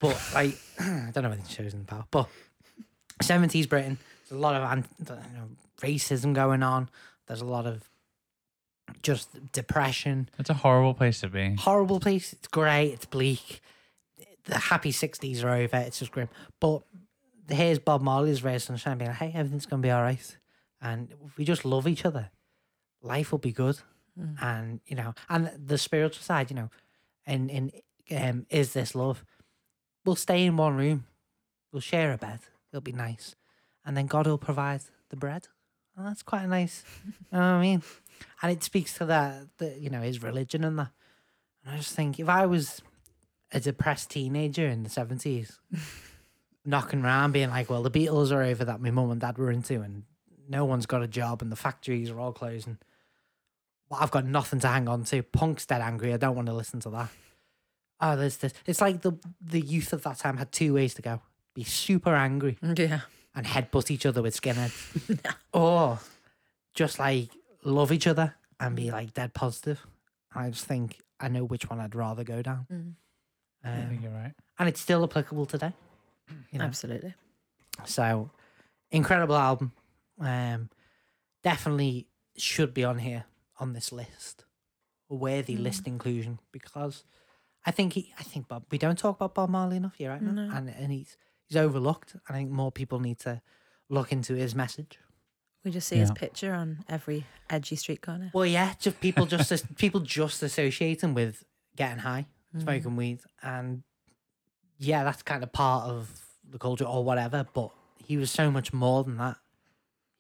S3: But like, I don't know if it shows in the power, but 70s Britain, there's a lot of an- you know, racism going on. There's a lot of just depression.
S1: It's a horrible place to be.
S3: Horrible place. It's grey. It's bleak. The happy 60s are over. It's just grim. But here's Bob Marley's rays of sunshine being like, hey, everything's going to be all right. And if we just love each other. Life will be good. And, you know, and the spiritual side, you know, and, and um, is this love? We'll stay in one room. We'll share a bed. It'll be nice. And then God will provide the bread. And that's quite nice. you know what I mean? And it speaks to that, the, you know, his religion and that. And I just think if I was a depressed teenager in the 70s, knocking around being like, well, the Beatles are over that my mum and dad were into, and no one's got a job, and the factories are all closing. Well, I've got nothing to hang on to. Punk's dead angry. I don't want to listen to that. Oh, there's this. It's like the the youth of that time had two ways to go: be super angry
S2: yeah.
S3: and headbutt each other with skinheads, or just like love each other and be like dead positive. I just think I know which one I'd rather go down,
S1: I think
S3: um,
S1: you're right.
S3: and it's still applicable today. You know?
S2: Absolutely.
S3: So incredible album. Um, definitely should be on here on this list, a worthy list inclusion because I think he, I think Bob. We don't talk about Bob Marley enough. You're right, Matt,
S2: No.
S3: and and he's he's overlooked. I think more people need to look into his message.
S2: We just see his
S1: Yeah.
S2: picture on every edgy street corner.
S3: Well, yeah, just people just as- people just associate him with getting high,
S2: Mm.
S3: smoking weed, and yeah, that's kind of part of the culture or whatever. But he was so much more than that.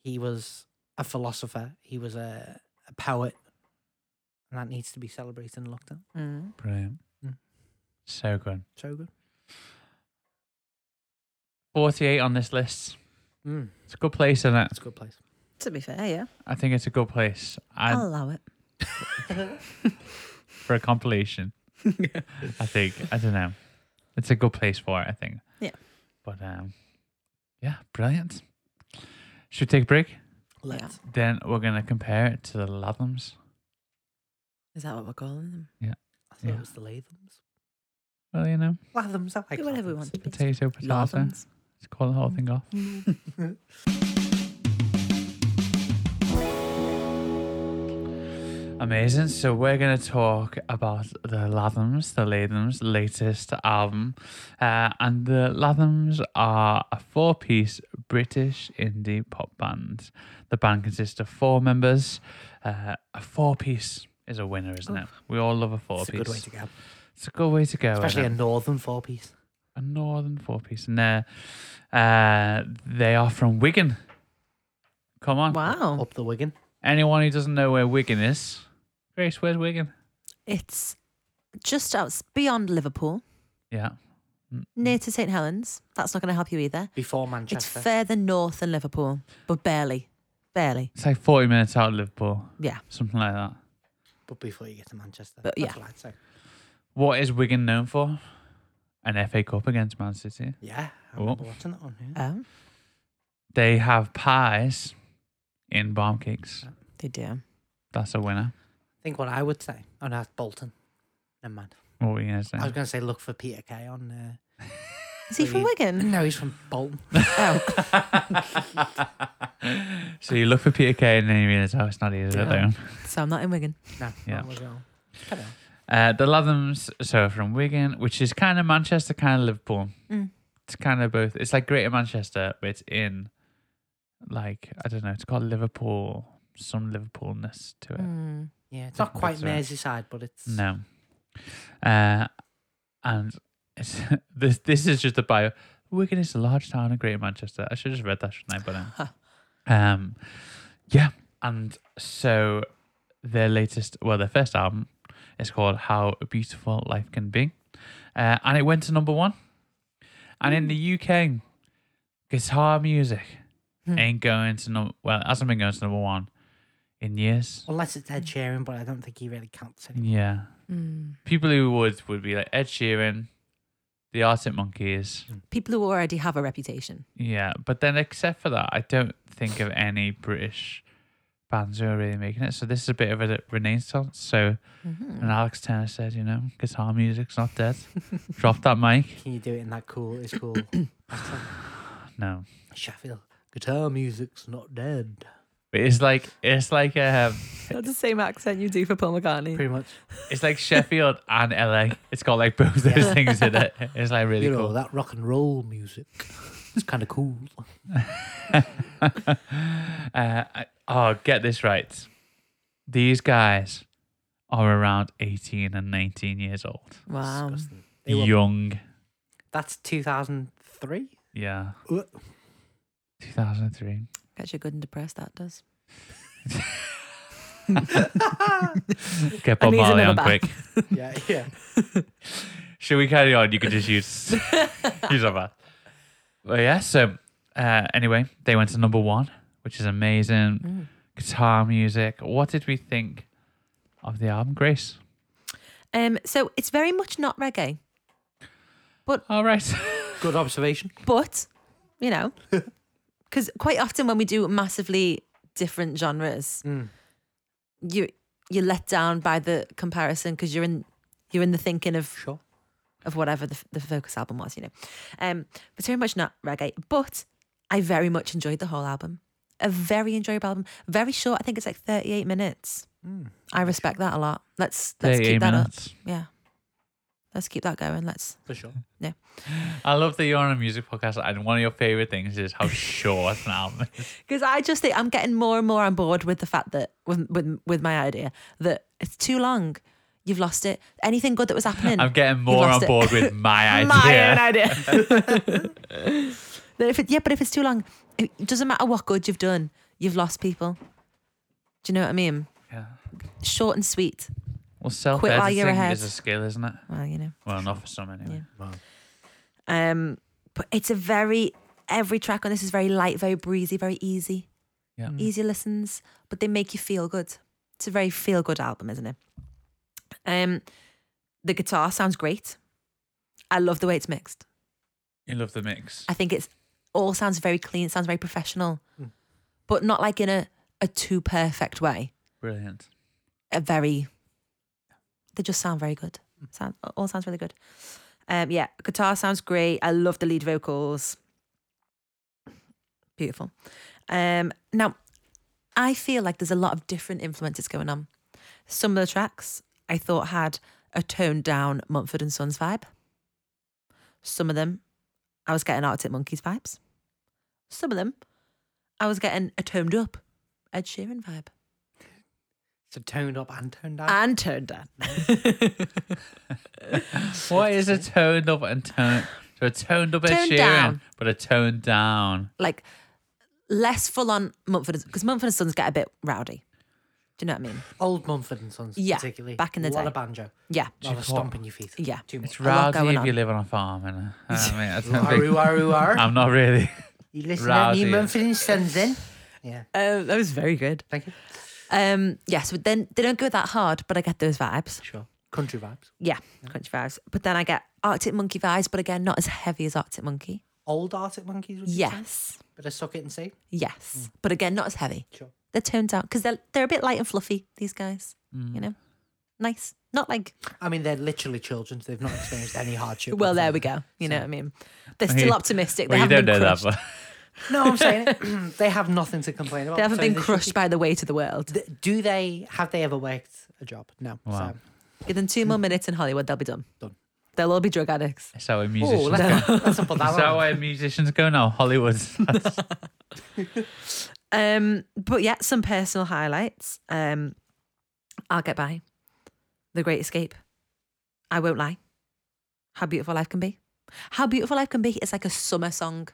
S3: He was a philosopher. He was a, a poet, and that needs to be celebrated and looked at.
S2: Mm.
S1: Brilliant.
S3: Mm.
S1: So good.
S3: So good.
S1: 48 on this list.
S3: Mm,
S1: It's a good place, isn't it?
S2: Mm.
S3: that's a good place.
S2: To be fair, yeah.
S1: I think it's a good place and
S2: I'll allow it.
S1: for a compilation. I think I don't know. It's a good place for it. I think.
S2: Yeah.
S1: But um, yeah, brilliant. Should we take a break?
S3: Let's.
S1: Then we're gonna compare it to the Lathams.
S2: Is that what we're calling them?
S3: I thought
S1: Yeah.
S3: it was the Lathams.
S1: Well, you know,
S3: Lathams, I like
S2: Do whatever we
S3: Lathams.
S2: want.
S1: potato, potato.
S2: Larvins.
S1: Let's call the whole thing off. Amazing. So we're going to talk about the Lathams, the Lathams' latest album, uh, and the Lathams are a four-piece British indie pop band. The band consists of four members. Uh, a four-piece is a winner, isn't it? We all love a
S3: It's a
S1: four-piece.
S3: good way to go.
S1: It's a good way to go. isn't
S3: Especially
S1: it?
S3: a northern four piece.
S1: a northern four piece, and they're uh, they are from Wigan. Come on,
S2: Wow.
S3: Up the Wigan.
S1: anyone who doesn't know where Wigan is, Grace, where's Wigan?
S2: It's just out beyond Liverpool,
S1: Yeah, Mm.
S2: near to St Helens. That's not going to help you either.
S3: Before
S2: It's
S3: Manchester.
S2: further north than Liverpool, but barely. Barely.
S1: it's like forty minutes out of Liverpool,
S2: Yeah.
S1: something like that.
S3: but before you get to Manchester.
S2: But
S3: That's
S2: yeah.
S3: what I'd say.
S1: What is Wigan known for? An FA Cup against Man City.
S3: Yeah. I
S1: Oh.
S3: remember watching that one. Yeah.
S2: Oh,
S1: They have pies in bomb cakes.
S2: they do.
S1: That's a winner.
S3: I think what I would say. Oh, no, that's Bolton. Never mind.
S1: What were you gonna say?
S3: I was going to say look for Peter Kay on.
S2: Is he from
S3: Uh...
S2: Wigan?
S3: No, he's from Bolton.
S1: so you look for Peter Kay and then you realise, oh, it's not easy
S3: Yeah.
S1: though.
S2: So I'm not in Wigan.
S3: No,
S1: Yeah.
S3: that was wrong. Carry on.
S1: Uh, the Lathams, so from Wigan, which is kind of Manchester, kind of Liverpool.
S2: Mm.
S1: It's kind of both. It's like Greater Manchester, but it's in, like, I don't know, it's called Liverpool, some Liverpoolness to it.
S2: Mm.
S3: Yeah, it's not
S1: Think
S3: quite
S1: that's right.
S3: Merseyside, but it's.
S1: No. Uh, and it's, this this is just a bio. Wigan is a large town in Greater Manchester. I should have just read that, shouldn't I? But um, um, yeah. And so their latest, well, their first album is called How Beautiful Life Can Be. Uh, and it went to number one. And in the UK, guitar music ain't going to number, well, it hasn't been going to number one in years.
S3: Unless it's Ed Sheeran, but I don't think he really counts anymore.
S1: Yeah
S2: Mm.
S1: people who would would be like Ed Sheeran, the Arctic Monkeys.
S2: People who already have a reputation.
S1: Yeah, but then except for that, I don't think of any British bands who are really making it. So this is a bit of a renaissance. So,
S2: Mm-hmm.
S1: and Alex Turner said, you know, guitar music's not dead. Drop that mic.
S3: Can you do it in that cool? It's cool. accent?
S1: No,
S3: Sheffield. Guitar music's not dead.
S1: but it's like it's like um,
S2: That's the same accent you do for Paul McCartney.
S3: Pretty much.
S1: it's like Sheffield and LA. It's got like both those things in it. It's like really
S3: you know,
S1: cool.
S3: that rock and roll music. It's kind of cool.
S1: Uh, I- oh, get this right. These guys are around 18 and 19 years old.
S2: Wow.
S3: Disgusting. They were-
S1: Young.
S3: That's 2003?
S1: Yeah.
S3: Uh.
S1: 2003.
S2: Gets you good and depressed, that does.
S1: Get Bob
S2: needs
S1: Marley
S2: another
S1: on
S2: back.
S1: quick.
S3: Yeah, yeah.
S1: Should we carry on? You could just use use that. back. Well, yeah. So uh, anyway, they went to number one, which is amazing.
S2: Mm.
S1: Guitar music. What did we think of the album, Grace?
S2: Um, so it's very much not reggae,
S1: All right.
S3: Good observation.
S2: but you know, because quite often when we do massively different genres,
S1: Mm.
S2: you you're let down by the comparison because you're in you're in the thinking of
S3: Sure.
S2: of whatever the, the focus album was, you know. Um, but it's very much not reggae, but I very much enjoyed the whole album. A very enjoyable album, very short. I think it's like 38 minutes. I respect that a lot. Let's let's
S1: 38
S2: keep that up.
S1: minutes.
S2: Yeah, let's keep that going. Let's
S3: For sure.
S1: I love that you're on a music podcast, and one of your favorite things is how short an album. is.
S2: because I just think I'm getting more and more on board with the fact that with with, with my idea that it's too long. You've lost it. Anything good that was happening.
S1: I'm getting more on
S2: lost it.
S1: board with my idea.
S2: My own idea. Then if it, yeah, but if it's too long, it doesn't matter what good you've done, you've lost people. Do you know what I mean?
S1: Yeah.
S2: Short and sweet.
S1: Well, self
S2: while you're
S1: editing
S2: ahead.
S1: is a skill, isn't it?
S2: Well, you know.
S1: Well, not for some anyway.
S2: Um, but it's a very every track on this is very light, very breezy, very easy.
S1: Yeah.
S2: easy listens, but they make you feel good. It's a very feel good album, isn't it? Um, the guitar sounds great. I love the way it's mixed.
S1: You love the mix.
S2: I think it's all sounds very clean. It sounds very professional,
S3: Mm.
S2: but not like in a, a too perfect way.
S1: Brilliant.
S2: A very, they just sound very good. Sound all sounds really good. Um, yeah, guitar sounds great. I love the lead vocals. Beautiful. Um, now, I feel like there's a lot of different influences going on. Some of the tracks I thought had a toned down Mumford and Sons vibe. Some of them I was getting Arctic Monkeys vibes. Some of them, I was getting a toned up Ed Sheeran vibe.
S3: So toned up and toned down.
S2: And toned down.
S1: What is a toned up and toned? So a toned up Ed
S2: Toned
S1: Sheeran,
S2: down.
S1: but a toned down.
S2: Like, less full on Mumford, because Mumford and Sons get a bit rowdy. Do you know what I mean?
S3: Old Mumford and Sons,
S2: Yeah,
S3: particularly.
S2: back in the
S3: A lot
S2: day.
S3: of banjo.
S2: Yeah.
S3: A lot
S1: you
S3: of
S1: know what?
S3: stomping your feet.
S2: Yeah.
S3: Too much.
S1: It's
S2: A lot
S1: rowdy
S2: going
S1: if you
S2: on.
S1: live on a farm, and I mean, I don't think-
S3: Aru, aru, aru.
S1: I'm not really.
S3: You listen to
S1: Rowdy.
S3: new Mumford and Sons then? Yeah.
S2: Um, that was very good.
S3: Thank you.
S2: Um, yeah, so then they don't go that hard, but I get those vibes.
S3: Sure. Country vibes.
S2: Yeah, crunchy vibes. But then I get Arctic Monkey vibes, but again, not as heavy as Arctic Monkey.
S3: Old Arctic Monkeys. Would you say?
S2: Yes.
S3: But I suck it and see.
S2: Yes. But again, not as heavy.
S3: Sure.
S2: they're toned down because they're they're a bit light and fluffy. These guys, you know, nice. Not like
S3: I mean, they're literally children, so they've not experienced any hardship.
S2: well, there
S3: whatsoever.
S2: we go. You know what I mean? They're still optimistic. They
S1: Well, you don't
S2: haven't
S1: know
S2: been
S1: that,
S2: crushed.
S1: but
S3: No, I'm saying it. they have nothing to complain about.
S2: They haven't
S3: so
S2: been
S3: should
S2: crushed by the weight of the world.
S3: be- Th- Do they? Have they ever worked a job? No.
S1: Wow.
S3: So,
S2: Give them two more minutes in Hollywood, they'll be done.
S3: Done.
S2: They'll all be drug addicts.
S1: that's how a
S3: oh,
S1: musician.
S3: let's, not- let's not put that
S1: Is that
S3: on.
S1: why musicians go now? Hollywood.
S2: Um, but yeah, some personal highlights. Um, I'll get by. The Great Escape. I won't lie. How beautiful life can be. How beautiful life can be is like a summer song.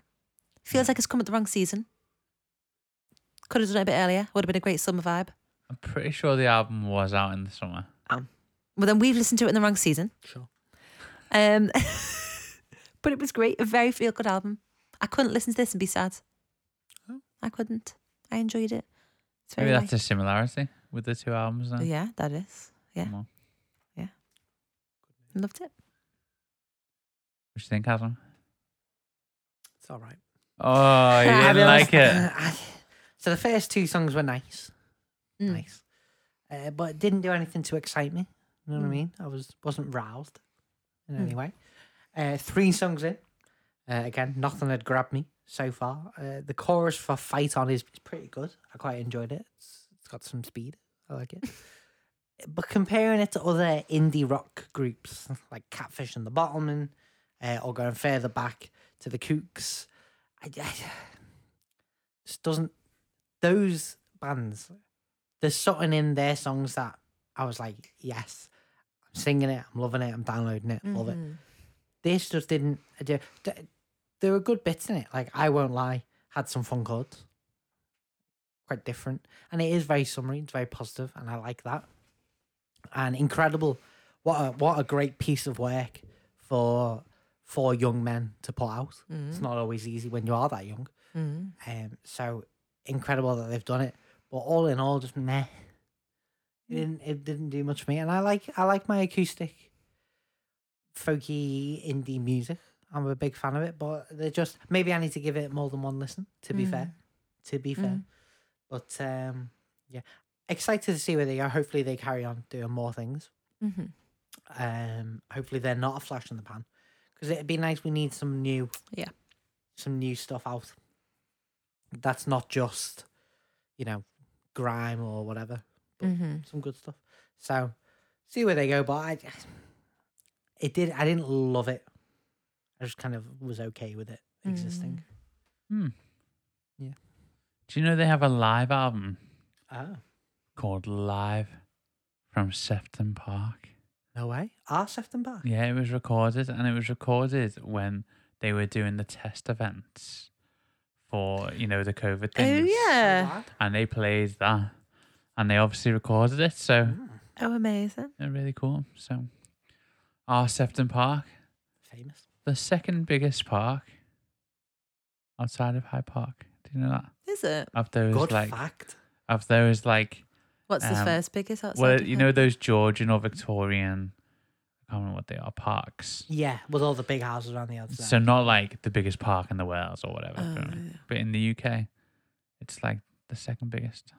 S2: Feels like it's come at the wrong season. Could have done it a bit earlier. Would have been a great summer vibe.
S1: I'm pretty sure the album was out in the summer.
S2: Well, then we've listened to it in the wrong season.
S3: Sure.
S2: Um, but it was great. A very feel good album. I couldn't listen to this and be sad. I couldn't. I enjoyed it. It's very
S1: Oh. Maybe
S2: nice.
S1: that's a similarity with the two albums. Then.
S2: Oh, Yeah, that is. Yeah.
S1: Well,
S2: Loved it.
S1: What do you think, Adam?
S3: It's all right.
S1: Oh, you
S3: I'll be
S1: didn't
S3: honest,
S1: like
S3: uh,
S1: it.
S3: I- so the first two songs were nice.
S2: Mm.
S3: Nice. Uh, but it didn't do anything to excite me. You know what I
S2: Mm.
S3: mean? I was wasn't roused in
S2: Mm.
S3: any way. Uh, three songs in. Uh, again, nothing had grabbed me so far. Uh, the chorus for "Fight On" is, is pretty good. I quite enjoyed it. It's, it's got some speed. I like it. but comparing it to other indie rock groups like Catfish and the Bottlemen, uh, or going further back to the Kooks, I, I just doesn't. Those bands there's something in their songs that I was like, yes, I'm singing it, I'm loving it, I'm downloading it, love it. This just didn't. I do- th- There were good bits in it. Like I won't lie, had some fun chords, quite different, and it is very summery. It's very positive, and I like that. And incredible, what a, what a great piece of work for for young men to put out.
S2: Mm-hmm.
S3: It's not always easy when you are that young.
S2: Mm.
S3: Um, so incredible that they've done it, but all in all, just meh. It didn't it didn't do much for me, and I like I like my acoustic, folky indie music. I'm a big fan of it, but they just maybe I need to give it more than one listen. To be fair, to be fair,
S2: Mm.
S3: but um, yeah, excited to see where they are. Hopefully, they carry on doing more things.
S2: Mm-hmm.
S3: Um, hopefully, they're not a flash in the pan, because it'd be nice. We need some new
S2: Yeah.
S3: some new stuff out. That's not just, you know, grime or whatever.
S2: Mm-hmm.
S3: Some good stuff. So, see where they go. But I, it did. I didn't love it. I just kind of was okay with it existing.
S1: Hmm.
S3: Yeah.
S1: Do you know they have a live album
S2: Mm.
S3: Oh,
S1: called Live from Sefton Park?
S3: no way. Are Sefton back?
S1: Yeah, it was recorded, and it was recorded when they were doing the test events for you know the COVID
S2: Oh
S1: things.
S2: yeah.
S1: and they played that, and they obviously recorded it. So
S3: Mm,
S2: Oh amazing.
S1: they're really cool. So, our Sefton Park,
S3: Famous.
S1: the second biggest park outside of High Park. Do Do you know that?
S2: Is it?
S1: Of those
S3: Good
S1: like
S3: fact.
S1: of those like
S2: What's the
S1: Um,
S2: first biggest outside?
S1: well
S2: of
S1: you
S2: it?
S1: know those Georgian or Victorian I can't remember what they are, parks.
S3: Yeah, with all the big houses on the outside.
S1: So not like the biggest park in the world or whatever.
S2: Oh,
S1: but-
S2: yeah.
S1: But in the UK it's like the second biggest.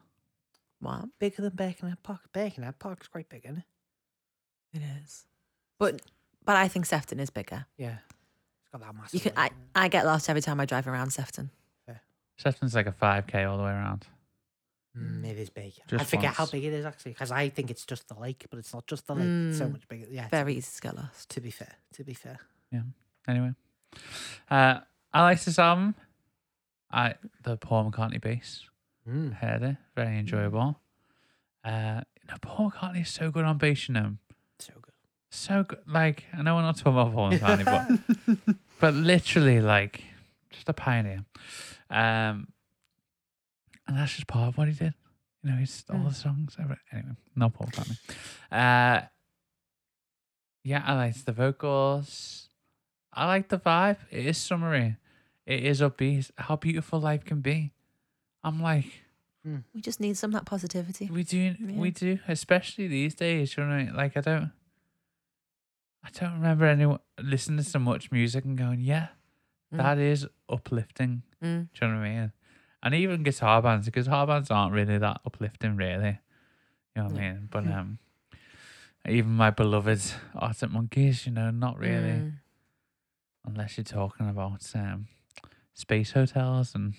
S2: Wow,
S3: bigger than Birkenhead Park. Birkenhead Park's quite big, isn't it?
S2: it is. But but I think Sefton is bigger.
S3: Yeah. It's got that massive.
S2: You
S3: lake
S2: can I,
S3: in it.
S2: I get lost every time I drive around Sefton.
S1: Sefton's like a five K all the way around.
S3: Mm, it is big. I
S1: Just
S3: forget how
S1: once.
S3: big it is actually, because I think it's just the lake, but it's not just the lake. It's so
S2: Mm.
S3: much bigger. Yeah.
S2: Very easy to get lost.
S3: To be fair. To be fair.
S1: Anyway. Uh I liked this album. I the Paul McCartney bass.
S3: Mm.
S1: Heard it. Very enjoyable. Uh no, Paul McCartney is so good on bass, you know.
S3: So good.
S1: so good. Like, I know we're not talking about Paul McCartney, but but literally, like, just a pioneer. Um, and that's just part of what he did. You know, he's all the songs. Ever. Anyway, not Paul McCartney. Uh, yeah, I liked the vocals. I like the vibe. It is summery. It is upbeat. How beautiful life can be. I'm like,
S2: We just need some of that positivity.
S1: we do, we do, especially these days. You know, what I mean? like I don't, I don't remember anyone listening to so much music and going, yeah,
S2: Mm.
S1: that is uplifting.
S2: Mm.
S1: Do you know what I mean? And even guitar bands, guitar bands aren't really that uplifting, really. You know what I
S2: No.
S1: mean? But um, even my beloved Arctic Monkeys, you know, not really,
S2: Mm.
S1: unless you're talking about um, space hotels and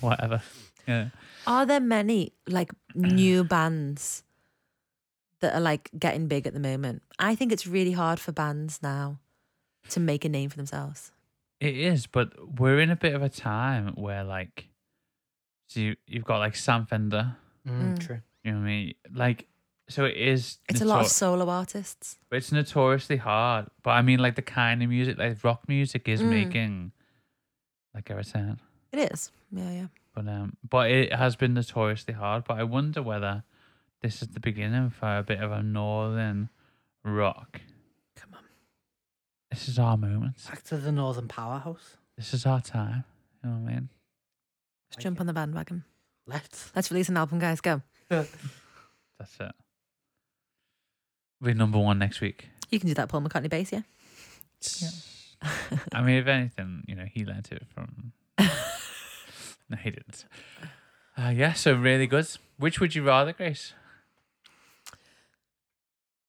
S1: whatever. Yeah.
S2: Are there many like new bands that are like getting big at the moment? I think it's really hard for bands now to make a name for themselves.
S1: It is, but we're in a bit of a time where like, so you, you've got like Sam Fender,
S2: Mm.
S3: True.
S1: you know what I mean? Like, so it is.
S2: It's a lot of
S1: notor-
S2: solo artists.
S1: It's notoriously hard, but I mean, like the kind of music, like rock music, is
S2: Mm.
S1: making like a return.
S2: It is. Yeah, yeah.
S1: But um, but it has been notoriously hard. But I wonder whether this is the beginning for a bit of a northern rock.
S2: Come on.
S1: This is our moment.
S3: Back to the Northern Powerhouse.
S1: This is our time. You know what I mean?
S2: Let's jump on the bandwagon.
S3: Let's.
S2: Let's release an album, guys. Go.
S1: That's it. We're number one next week.
S2: You can do that Paul McCartney bass, yeah?
S1: I mean, if anything, you know, he learnt it from. no, he didn't. Uh, yeah, so really good. Which would you rather, Grace?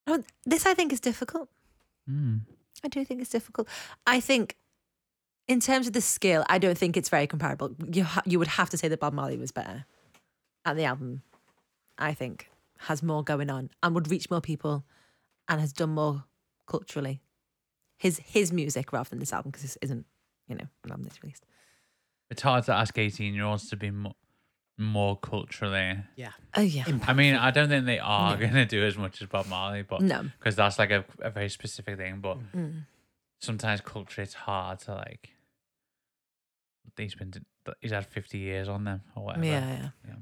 S2: Oh, This I think is difficult.
S1: Mm.
S2: I do think it's difficult. I think, in terms of the skill, I don't think it's very comparable. You ha- you would have to say that Bob Marley was better, and the album, I think, has more going on and would reach more people, and has done more culturally. His his music rather than this album because this isn't you know an album that's released.
S1: It's hard to ask 18 year olds to be mo- more culturally.
S3: Yeah.
S2: Oh yeah,
S1: I mean, I don't think they are
S2: Yeah.
S1: going to do as much as Bob Marley, but
S2: no,
S1: because that's like a, a very specific thing. But
S2: Mm.
S1: sometimes culture, it's hard to like. He's been, he's had 50 years on them or
S2: yeah,
S1: whatever.
S2: yeah,
S1: Yeah.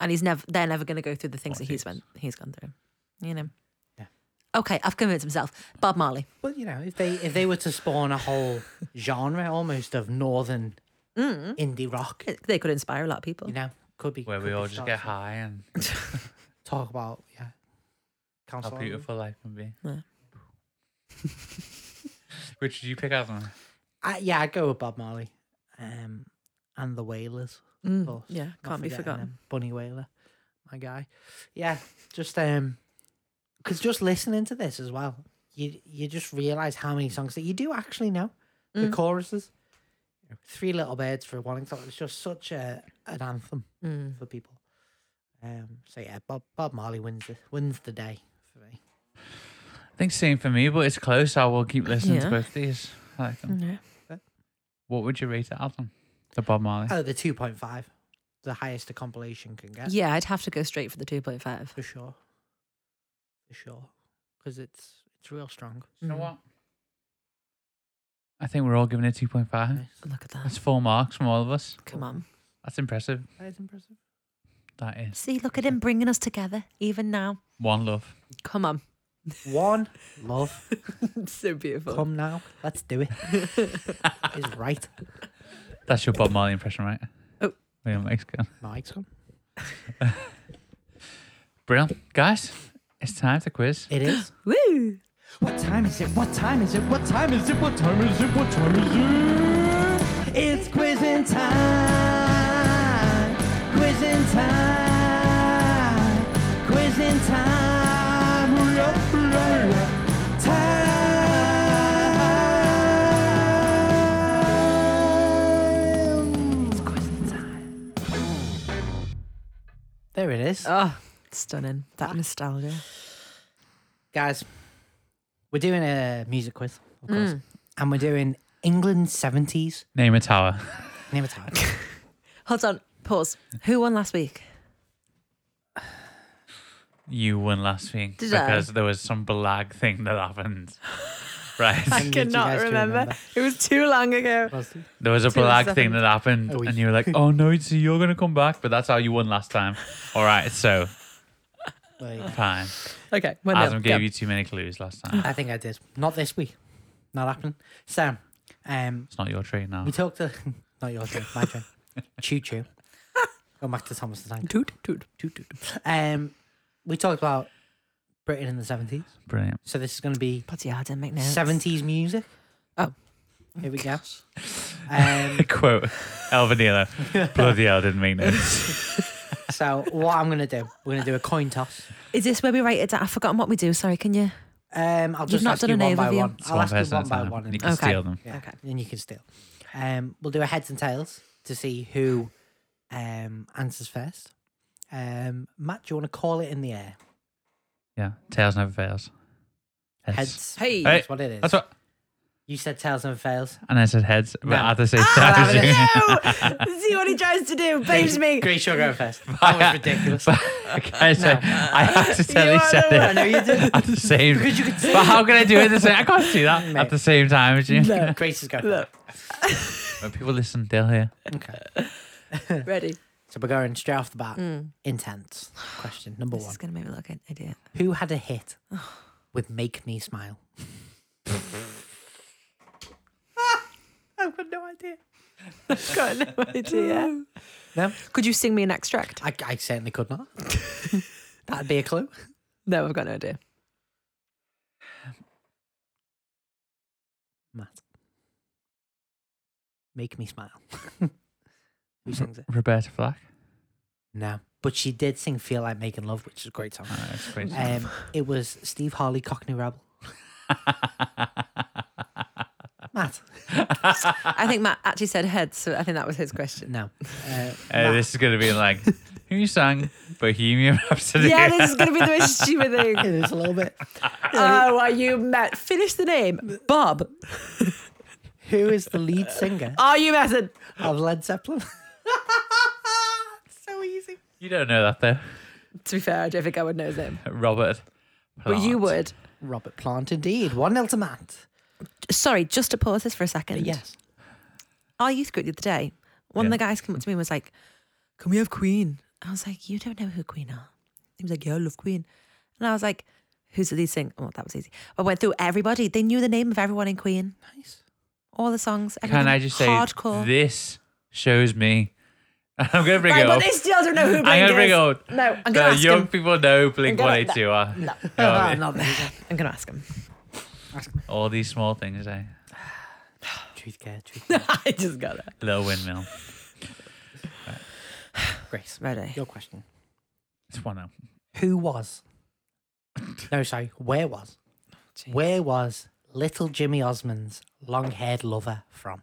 S2: and he's never they're never going to go through the things
S1: What
S2: that he's
S1: is.
S2: went he's gone through, you know.
S3: Yeah.
S2: Okay, I've convinced myself. Bob Marley.
S3: But you know, if they if they were to spawn a whole genre almost of northern
S2: Mm.
S3: indie rock,
S2: They could inspire a lot of people.
S3: you know, could be
S1: Where
S3: could
S1: we
S3: be
S1: all just get
S3: started.
S1: high and
S3: Talk about yeah.
S1: how
S3: Council on-
S1: beautiful life can be.
S2: Yeah.
S1: Which did you pick out on?
S3: I, yeah, I'd go with Bob Marley, um, and the Wailers.
S2: Mm,
S3: course.
S2: Yeah,
S3: Not
S2: can't be
S3: forgetting
S2: forgotten.
S3: him, Bunny Whaler, my guy. Yeah, just um, because just listening to this as well, you you just realize how many songs that you do actually know. The
S2: Mm.
S3: choruses, Three Little Birds for One Example. It's just such a an anthem
S2: Mm.
S3: for people. Um, so yeah, Bob Bob Marley wins the, wins the day for me.
S1: I think same for me, but it's close. I will keep listening to
S2: Yeah. Mm.
S1: both these. I like them.
S2: Yeah.
S1: What would you rate it out on? The Bob Marley.
S3: Oh, the two point five, the highest a compilation can get.
S2: yeah, I'd have to go straight for the 2.5.
S3: for sure, for sure, because it's it's real strong.
S1: you know
S2: Mm.
S1: what? I think we're all giving it 2.5.
S3: Nice.
S2: Look at
S1: That's
S2: that.
S1: four marks from all of us.
S2: Come on.
S1: That's impressive.
S3: That is impressive.
S1: That is.
S2: See, look at him bringing us together, even now.
S1: One love.
S2: Come on.
S3: One love,
S2: so beautiful.
S3: come now, let's do it. Is right.
S1: That's your Bob Marley impression, right?
S2: Oh,
S1: Liam Lake's gone.
S3: Mike's gone.
S1: Brilliant. Guys, it's time to quiz.
S3: It is.
S2: Woo!
S3: What time is it? What time is it? What time is it? What time is it? What time is it? It's quizzing time. Quizzing time. Quizzing time. La, la, la. Time. It's quizzing time. There it is.
S2: Oh, stunning. That nostalgia.
S3: guys, we're doing a music quiz, of
S2: Mm.
S3: course, and we're doing England seventies.
S1: Name a tower.
S3: Name a time.
S2: Hold on, pause. Who won last week?
S1: You won last week
S2: Did I?
S1: because there was some blag thing that happened. Right.
S3: you guys do remember?
S2: It was too long ago.
S1: There was a
S2: Two and
S1: blag
S2: seven.
S1: thing that happened,
S3: Oh, we-
S1: and you were like, "Oh no, so you're gonna come back," but that's how you won last time. All right, so
S3: Like,
S1: fine.
S2: Okay, when
S1: Adam gave you too many clues last time.
S3: I think I did. Not this week. Not happening. So, um,
S1: It's not your tree now.
S3: we talked to not your turn, my turn. Choo choo. Go back to Thomas the Tank.
S2: toot toot.
S3: Toot, toot. Um, we talked about Britain in the seventies,
S1: Brilliant.
S3: so this is going to be
S2: Bloody hell, I didn't make notes.
S3: seventies music.
S2: Oh.
S3: here we go. Um,
S1: Quote Elvanilo. Bloody hell, didn't mean this.
S3: so what I'm going to do? We're going to do a coin toss.
S2: Is this where we write it down? I've forgotten what we do. Sorry, can you?
S3: Um, I'll
S2: You've
S3: just
S2: not
S3: ask
S2: done
S3: you one
S2: an
S3: by
S2: overview.
S3: one.
S1: It's
S3: I'll
S1: one
S3: ask you
S1: person at
S3: one
S1: a
S3: by
S1: time,
S3: one,
S1: and
S3: and
S1: You can
S2: Okay.
S1: steal them.
S3: yeah,
S2: Okay.
S3: then you can steal. Um, we'll do a heads and tails to see who um answers first. Um, Matt, do you want to call it in the air?
S1: Yeah. Tails never fails. Heads.
S3: Heads.
S2: Hey.
S1: Hey.
S3: That's what it is.
S1: That's what.
S3: You said tails and fails.
S1: And I said heads, but
S3: No.
S1: I had to say
S2: Ah,
S1: tails.
S2: no! See what he tries to do. Babes me.
S3: Great show going first. That was ridiculous.
S1: Okay, so I had to tell
S2: You
S1: you
S2: are
S1: said
S2: the
S1: it
S2: one.
S3: I know you did.
S1: at the same.
S3: Because you could see.
S1: But how can I do it at the same? I can't do that at
S3: Mate.
S1: the same time as you.
S2: No.
S3: Grace is going.
S2: Look.
S1: When people listen, they'll hear.
S3: Okay.
S2: Ready.
S3: So we're going straight off the bat.
S2: Hmm.
S3: Intense question number
S2: This
S3: one.
S2: is gonna make me look an idiot.
S3: Who had a hit with "Make Me Smile"? I've got no idea.
S2: Got no idea.
S3: No,
S2: Could you sing me an extract?
S3: I, I certainly could not. That'd be a clue.
S2: No, I've got no idea.
S3: Matt, make me smile. Who sings it?
S1: Roberta Flack.
S3: No, but she did sing "Feel Like Making Love," which is a great song.
S1: Oh, that's crazy.
S3: Um, it was Steve Harley, Cockney Rebel. Uh, Matt,
S2: I think Matt actually said heads, so I think that was his question.
S3: no. Uh,
S1: Uh,
S3: Matt,
S1: this is gonna be like who sang Bohemian Rhapsody?
S2: Yeah, this is gonna be the most stupid thing.
S3: it is a little bit.
S2: Oh, are you Matt? Finish the name. Bob.
S3: Who is the lead singer
S2: Are you messing?
S3: of Led Zeppelin? so easy.
S1: You don't know that though,
S2: To be fair, I don't think I would know his name.
S1: Robert.
S2: But you
S1: Plant.
S2: would.
S3: Robert Plant, indeed. One nil to Matt.
S2: Sorry, just to pause this for a second.
S3: Yes.
S2: Our youth group the other day, one of
S1: Yeah.
S2: the guys came up to me and was like, Can we have Queen? I was like, You don't know who Queen are. He was like, Yeah, I love Queen. And I was like, Who's the lead singer? Oh, that was easy. I went through everybody. They knew the name of everyone in Queen,
S3: Nice.
S2: all the songs.
S1: Can
S2: Everything.
S1: I just say
S2: Hardcore.
S1: this shows me? I'm gonna bring
S2: Right,
S1: it
S2: but
S1: up.
S2: they still don't know who Blink
S1: I'm gonna
S2: is.
S1: bring it up.
S2: No, I'm
S1: The
S2: gonna ask
S1: young
S2: him.
S1: people know Blink
S2: gonna-
S1: 182 are.
S2: No,
S1: Uh, Oh,
S3: not the
S2: I'm gonna ask him.
S1: All these small things, eh?
S3: Truth care, truth care.
S2: I just got it.
S1: Little windmill.
S3: Grace,
S2: Ready.
S3: your question.
S1: It's one of
S3: Who was? No, sorry. Where was? Where was little Jimmy Osmond's long-haired lover from?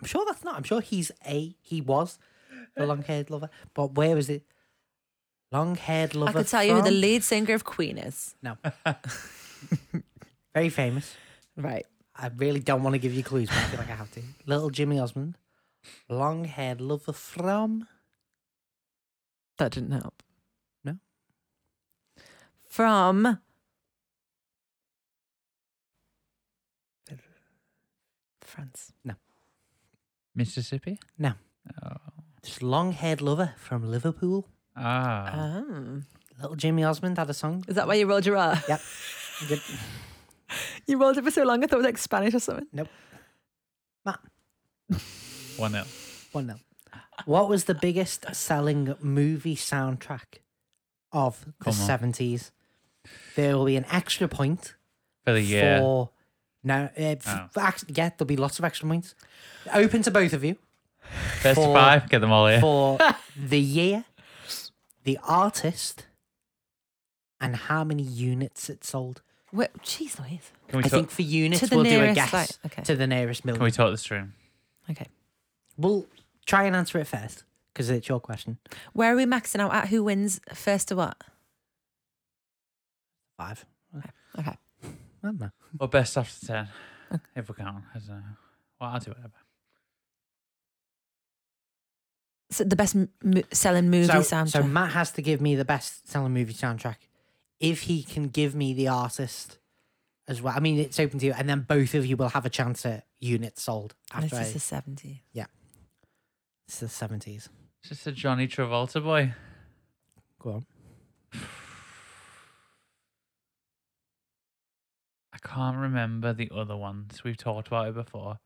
S3: I'm sure that's not. I'm sure he's a. He was the long-haired lover. But where was it? Long-haired lover.
S2: I could tell you who the
S3: from?
S2: lead singer of Queen is.
S3: Very famous.
S2: Right.
S3: I really don't want to give you clues, but I feel like I have to. Little Jimmy Osmond, long-haired lover from.
S2: That didn't help.
S3: No?
S2: From. France.
S1: Mississippi?
S3: No.
S1: Oh.
S3: Just long-haired lover from Liverpool.
S1: Ah.
S2: Oh.
S3: Little Jimmy Osmond had a song.
S2: Is that why you rolled your R?
S3: Yep. Yep.
S2: You rolled it for so long, I thought it was like Spanish or something.
S3: Matt,
S1: One nil.
S3: one nil. What was the biggest selling movie soundtrack of the
S1: Come on.
S3: 70s? There will be an extra point
S1: for the year.
S3: for. Now, uh, f-
S1: Uh, Oh.
S3: for act- yeah, there'll be lots of extra points. Open to both of you
S1: First
S3: for-
S1: five, get them all here.
S3: for the year, the artist, and how many units it sold.
S2: Wait, jeez Louise.
S1: Can we,
S3: I
S1: talk,
S3: think for units,
S2: To the
S3: we'll do a
S2: nearest,
S3: guess
S2: like- okay.
S3: to the nearest
S1: can
S3: million.
S1: we talk this through?
S2: Okay.
S3: We'll try and answer it first because it's your question.
S2: Where are we maxing out at? Who wins first to what?
S3: Five.
S2: Okay.
S3: I don't know.
S1: Or best after 10,
S2: Okay.
S1: if we can. I don't know. Well, I'll do whatever.
S2: So the best m- mo- selling movie
S3: so,
S2: soundtrack.
S3: so Matt has to give me the best selling movie soundtrack. If he can give me the artist as well, I mean it's open to you, and then both of you will have a chance at units sold
S2: And
S3: after
S2: this
S3: I,
S2: is the 70s.
S3: it's the seventies.
S1: It's just a Johnny Travolta boy.
S3: Go on.
S1: I can't remember the other ones. We've talked about it before.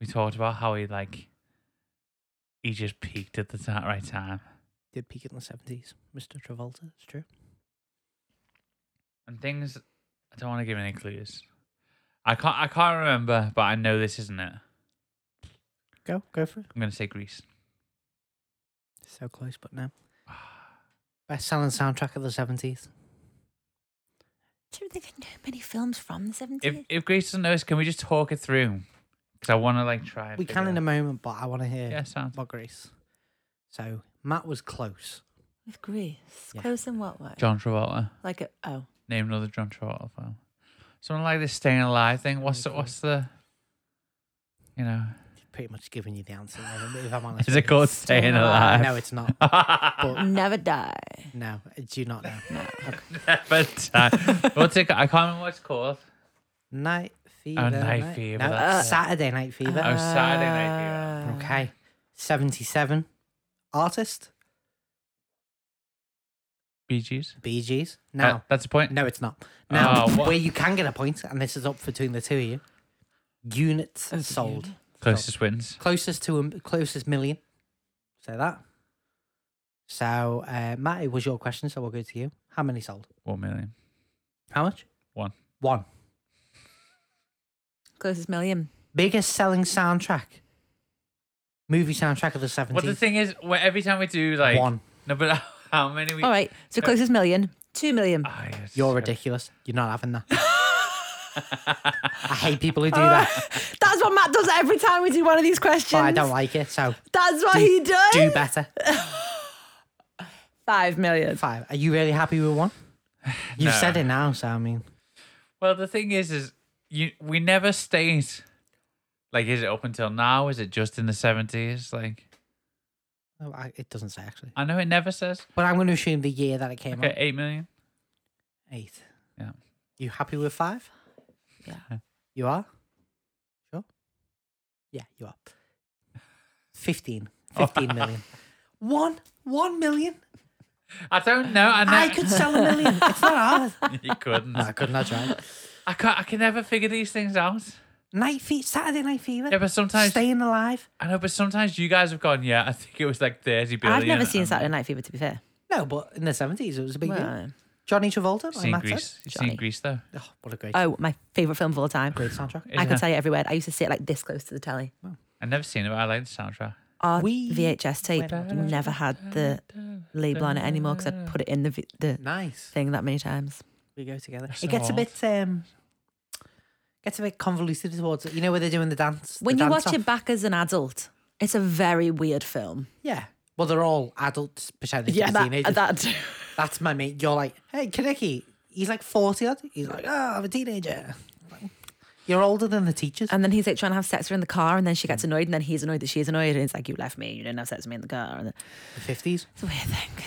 S1: We talked about how he, like, he just peaked at the ti- right time.
S3: Did peak in the seventies, Mr. Travolta. It's true.
S1: And things, I don't want to give any clues. I can't, I can't remember, but I know this isn't it.
S3: Go, go for it.
S1: I'm going to say Greece.
S3: So close, but no. Best selling soundtrack of the seventies.
S2: Do you think I know many films from the 70s?
S1: If, if Grace doesn't know this, can we just talk it through? Because I want to like try. and
S3: We
S1: figure
S3: can in a
S1: out-
S3: moment, but I want to hear
S1: Yeah, sounds.
S3: about Greece. So Matt was close.
S2: With Greece.
S3: Yeah.
S2: Close in what way?
S1: John Travolta.
S2: Like, a, oh,
S1: Name another John Travolta film. Something like this Staying Alive thing. What's the, what's the, you know,
S3: Pretty much giving you the answer. If I'm honest,
S1: is
S3: with
S1: it
S3: you.
S1: called Staying
S2: Alive?
S1: Alive?
S3: No, it's not. But
S2: Never Die.
S3: no, do you not know?
S1: But uh, what's it? ca- I can't remember what it's called.
S3: Night fever.
S1: Night Fever,
S3: No,
S1: that's
S2: it.
S3: Saturday night fever.
S1: Oh, Saturday Night
S2: Uh,
S3: okay, seventy-seven. Artist,
S1: Bee Gees.
S3: Bee Gees.
S1: That-
S3: Now,
S1: that's the point.
S3: no, it's not.
S1: Oh,
S3: Now,
S1: Uh, what-
S3: where you can get a point, and this is up between the two of you. Units
S2: Oh,
S3: sold,
S2: dear.
S1: Closest wins.
S3: closest to a- closest million. Say that. So, uh, Matt, it was your question, so we'll go to you. How many sold?
S1: One million.
S3: How much?
S1: One.
S3: One.
S2: Closest million.
S3: Biggest selling soundtrack. Movie soundtrack of the seventies.
S1: But the thing is, wh- every time we do like
S3: One.
S1: no, but how many we?
S2: All right. So closest million. Two million.
S1: Ah, yes.
S3: You're ridiculous. You're not having that. I hate people
S1: Oh,
S3: who do that,
S2: That's what Matt does every time we do one of these questions.
S3: but I don't like it. So
S2: That's what
S3: Do-
S2: he does.
S3: do better.
S1: uh,
S2: Five million.
S3: Five. Are you really happy with one? You've
S1: No.
S3: said it now, so I mean,
S1: Well, the thing is, is you we never state like is it up until now? Is it just in the seventies? Like
S3: oh, I- it doesn't say actually.
S1: I know it never says.
S3: But I'm going to assume the year that it came
S1: Okay,
S3: out.
S1: eight million.
S3: Eight.
S1: Yeah.
S3: You happy with five?
S2: Yeah.
S3: You are? Sure. Yeah, you are. 15. 15 million. One. One million.
S1: I don't know. I, know.
S3: I could sell a million. It's not hard.
S1: you couldn't.
S3: No, I couldn't. That's right.
S1: I can't. I can never figure these things out.
S3: Night fever. Saturday night fever.
S1: Yeah, but sometimes
S3: Staying alive.
S1: I know. But sometimes you guys have gone. Yeah, I think it was like thirty billion. Um,
S2: I've never seen
S1: and-
S2: Saturday Night Fever, to be fair.
S3: No, but in the seventies, it was a big deal.
S2: Well,
S3: Johnny Travolta.
S1: Seen
S3: Like Matt
S1: Greece.
S2: said.
S1: Seen
S2: Johnny.
S1: Greece though.
S3: said. Oh, what a great,
S2: oh, my favourite film of all time.
S3: great soundtrack.
S2: I
S1: Yeah.
S2: could tell you every word. I used to sit like this close to the telly.
S1: I've never seen it, but I like the soundtrack.
S2: Our
S3: We
S2: VHS tape
S3: went-
S2: never had the label on it anymore because I'd put it in the, vi- the
S3: Nice.
S2: thing that many times.
S3: We go together.
S1: That's
S3: It gets a
S1: old.
S3: bit um, gets a bit convoluted towards it. You know where they're doing the dance. the
S2: When you
S3: dance
S2: watch
S3: off?
S2: it back as an adult, it's a very weird film.
S3: yeah. Well, they're all adults pretending to be
S2: that,
S3: teenagers.
S2: that
S3: That's my mate. You're like, hey, Kaneki. He's like forty odd. He's like, oh, I'm a teenager. You're older than the teachers.
S2: And then he's like trying to have sex with her in the car, and then she
S3: Mm.
S2: gets annoyed, and then he's annoyed that she's annoyed, and it's like you left me, you didn't have sex with me in the car. And
S3: the fifties.
S2: it's a weird thing.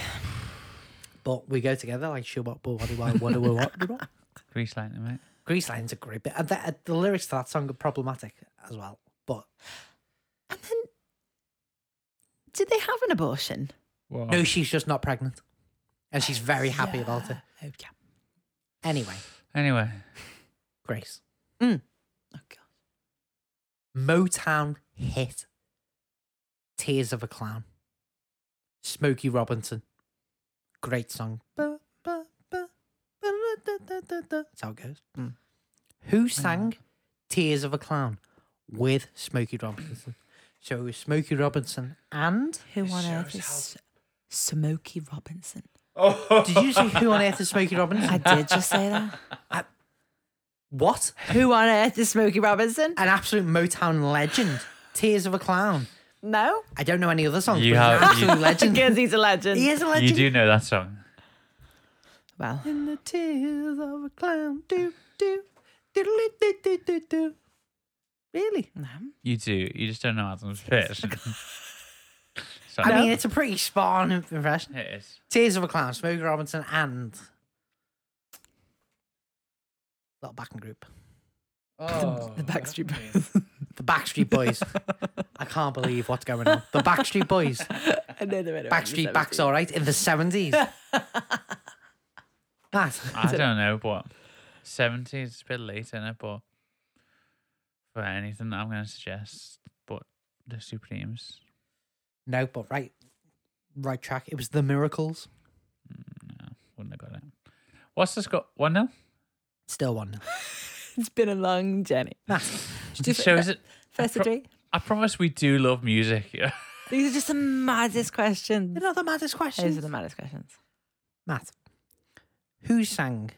S3: But we go together like sure what what do what what what what what.
S1: Grease lightning, mate.
S3: Grease Line's a great bit. And the, uh, the lyrics to that song are problematic as well. But
S2: And then, did they have an abortion?
S1: Whoa.
S3: no, she's just not pregnant. And she's very happy about it.
S2: Oh yeah.
S3: Anyway,
S1: Anyway,
S3: Grace.
S2: Oh Mm. god.
S3: Motown hit Tears of a Clown. Smokey Robinson. Great song. Ba, ba, ba, ba, da, da, da, da. That's how it goes.
S2: Mm.
S3: Who sang Tears of a Clown with Smokey Robinson? so it was Smokey Robinson and.
S2: Who on earth is Smokey Robinson?
S3: Did you say Who on Earth is Smokey Robinson?
S2: I did just say that.
S3: What?
S2: Who on earth is Smokey Robinson?
S3: An absolute Motown legend. Tears of a Clown.
S2: No,
S3: I don't know any other songs.
S1: You
S3: but he's an
S1: have- you-
S3: absolute legend.
S2: because he's a legend.
S3: He is a
S1: You
S3: legend.
S1: do know that song.
S2: Well,
S3: In the tears of a clown. Do, do, diddly, do, do, do, do. Really?
S2: no.
S1: You do. You just don't know Adam's pitch. Sorry.
S3: I mean, it's a pretty spot on impression.
S1: it is.
S3: Tears of a Clown, Smokey Robinson, and. Little backing group. Oh.
S2: the Backstreet Boys.
S3: The Backstreet Boys. I can't believe what's going on. The Backstreet Boys.
S2: I know they're in around the
S3: Backstreet Back's
S2: 70s.
S3: all right in the 70s. That.
S1: I don't know, but 70s is a bit late in it, but for anything that I'm going to suggest, but the Supremes.
S3: No, but right. Right track. It was The Miracles.
S1: Wouldn't have got it. What's the score? One nil.
S3: Still one.
S2: It's been a long journey.
S1: It shows it.
S2: First
S1: pro-
S2: degree.
S1: I promise we do love music. Yeah.
S2: These are just the maddest questions.
S3: They're not the maddest
S2: Those are
S3: questions.
S2: the maddest questions.
S3: Matt, who sang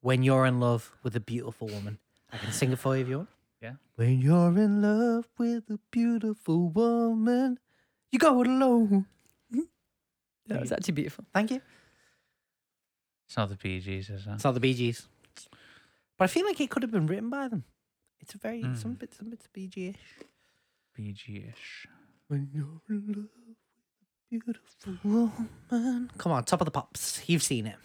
S3: When You're in Love with a Beautiful Woman? I can sing it for you if you want.
S1: Yeah.
S3: When you're in love with a beautiful woman, you go it alone. Mm-hmm.
S2: That was actually beautiful.
S3: Thank you.
S1: It's not the Bee Gees, is it?
S3: It's not the Bee Gees. But I feel like it could have been written by them. It's a very, some
S1: Mm.
S3: bits, some bits Bee Gees.
S1: Bee Gee-ish.
S3: When you're in love with a beautiful woman. Come on, top of the pops. You've seen it.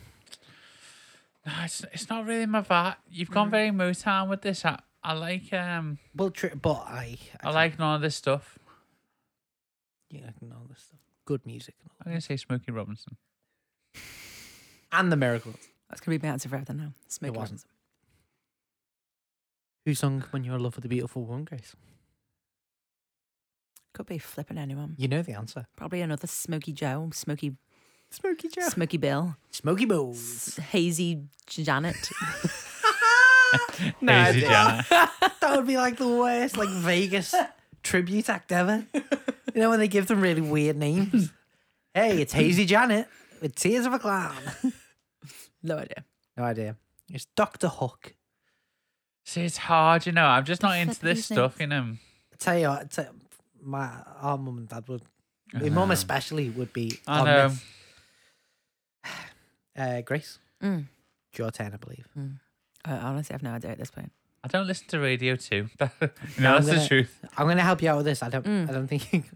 S1: No, it's, it's not really my vibe. You've gone very Motown with this. I, I like um
S3: Well, tri- but I,
S1: I like none of this stuff.
S3: yeah, I can know this stuff. Good music and all.
S1: I'm gonna say Smokey Robinson.
S3: And the Miracles.
S2: That's gonna be my answer forever now. Smokey
S3: wasn't.
S2: Robinson.
S3: Who sung When You're in Love with a Beautiful Woman, Grace?
S2: Could be flipping anyone.
S3: You know the answer.
S2: Probably another Smoky Joe, Smoky
S3: Smokey Joe.
S2: Smoky Bill,
S3: Smokey Bowles.
S2: S- Hazy Janet.
S1: No, Easy, Janet.
S3: that would be like the worst, like Vegas tribute act ever. You know when they give them really weird names? hey, it's Hazy Janet with Tears of a Clown.
S2: no idea.
S3: No idea. It's Dr. Hook.
S1: See, it's hard, you know. I'm just not into
S2: Flip
S1: this
S2: these
S1: stuff, you know.
S3: I tell you, what, t- my our mum and dad would, my mum especially would be
S1: Uh-huh. I
S3: on
S1: know.
S3: this. Uh, Grace,
S2: Mm.
S3: it's your turn, I believe.
S2: I honestly, I've no idea at this point.
S1: I don't listen to radio too. no,
S3: I'm
S1: that's the
S3: gonna-
S1: truth.
S3: I'm going to help you out with this. I don't.
S2: Mm.
S3: I don't think it's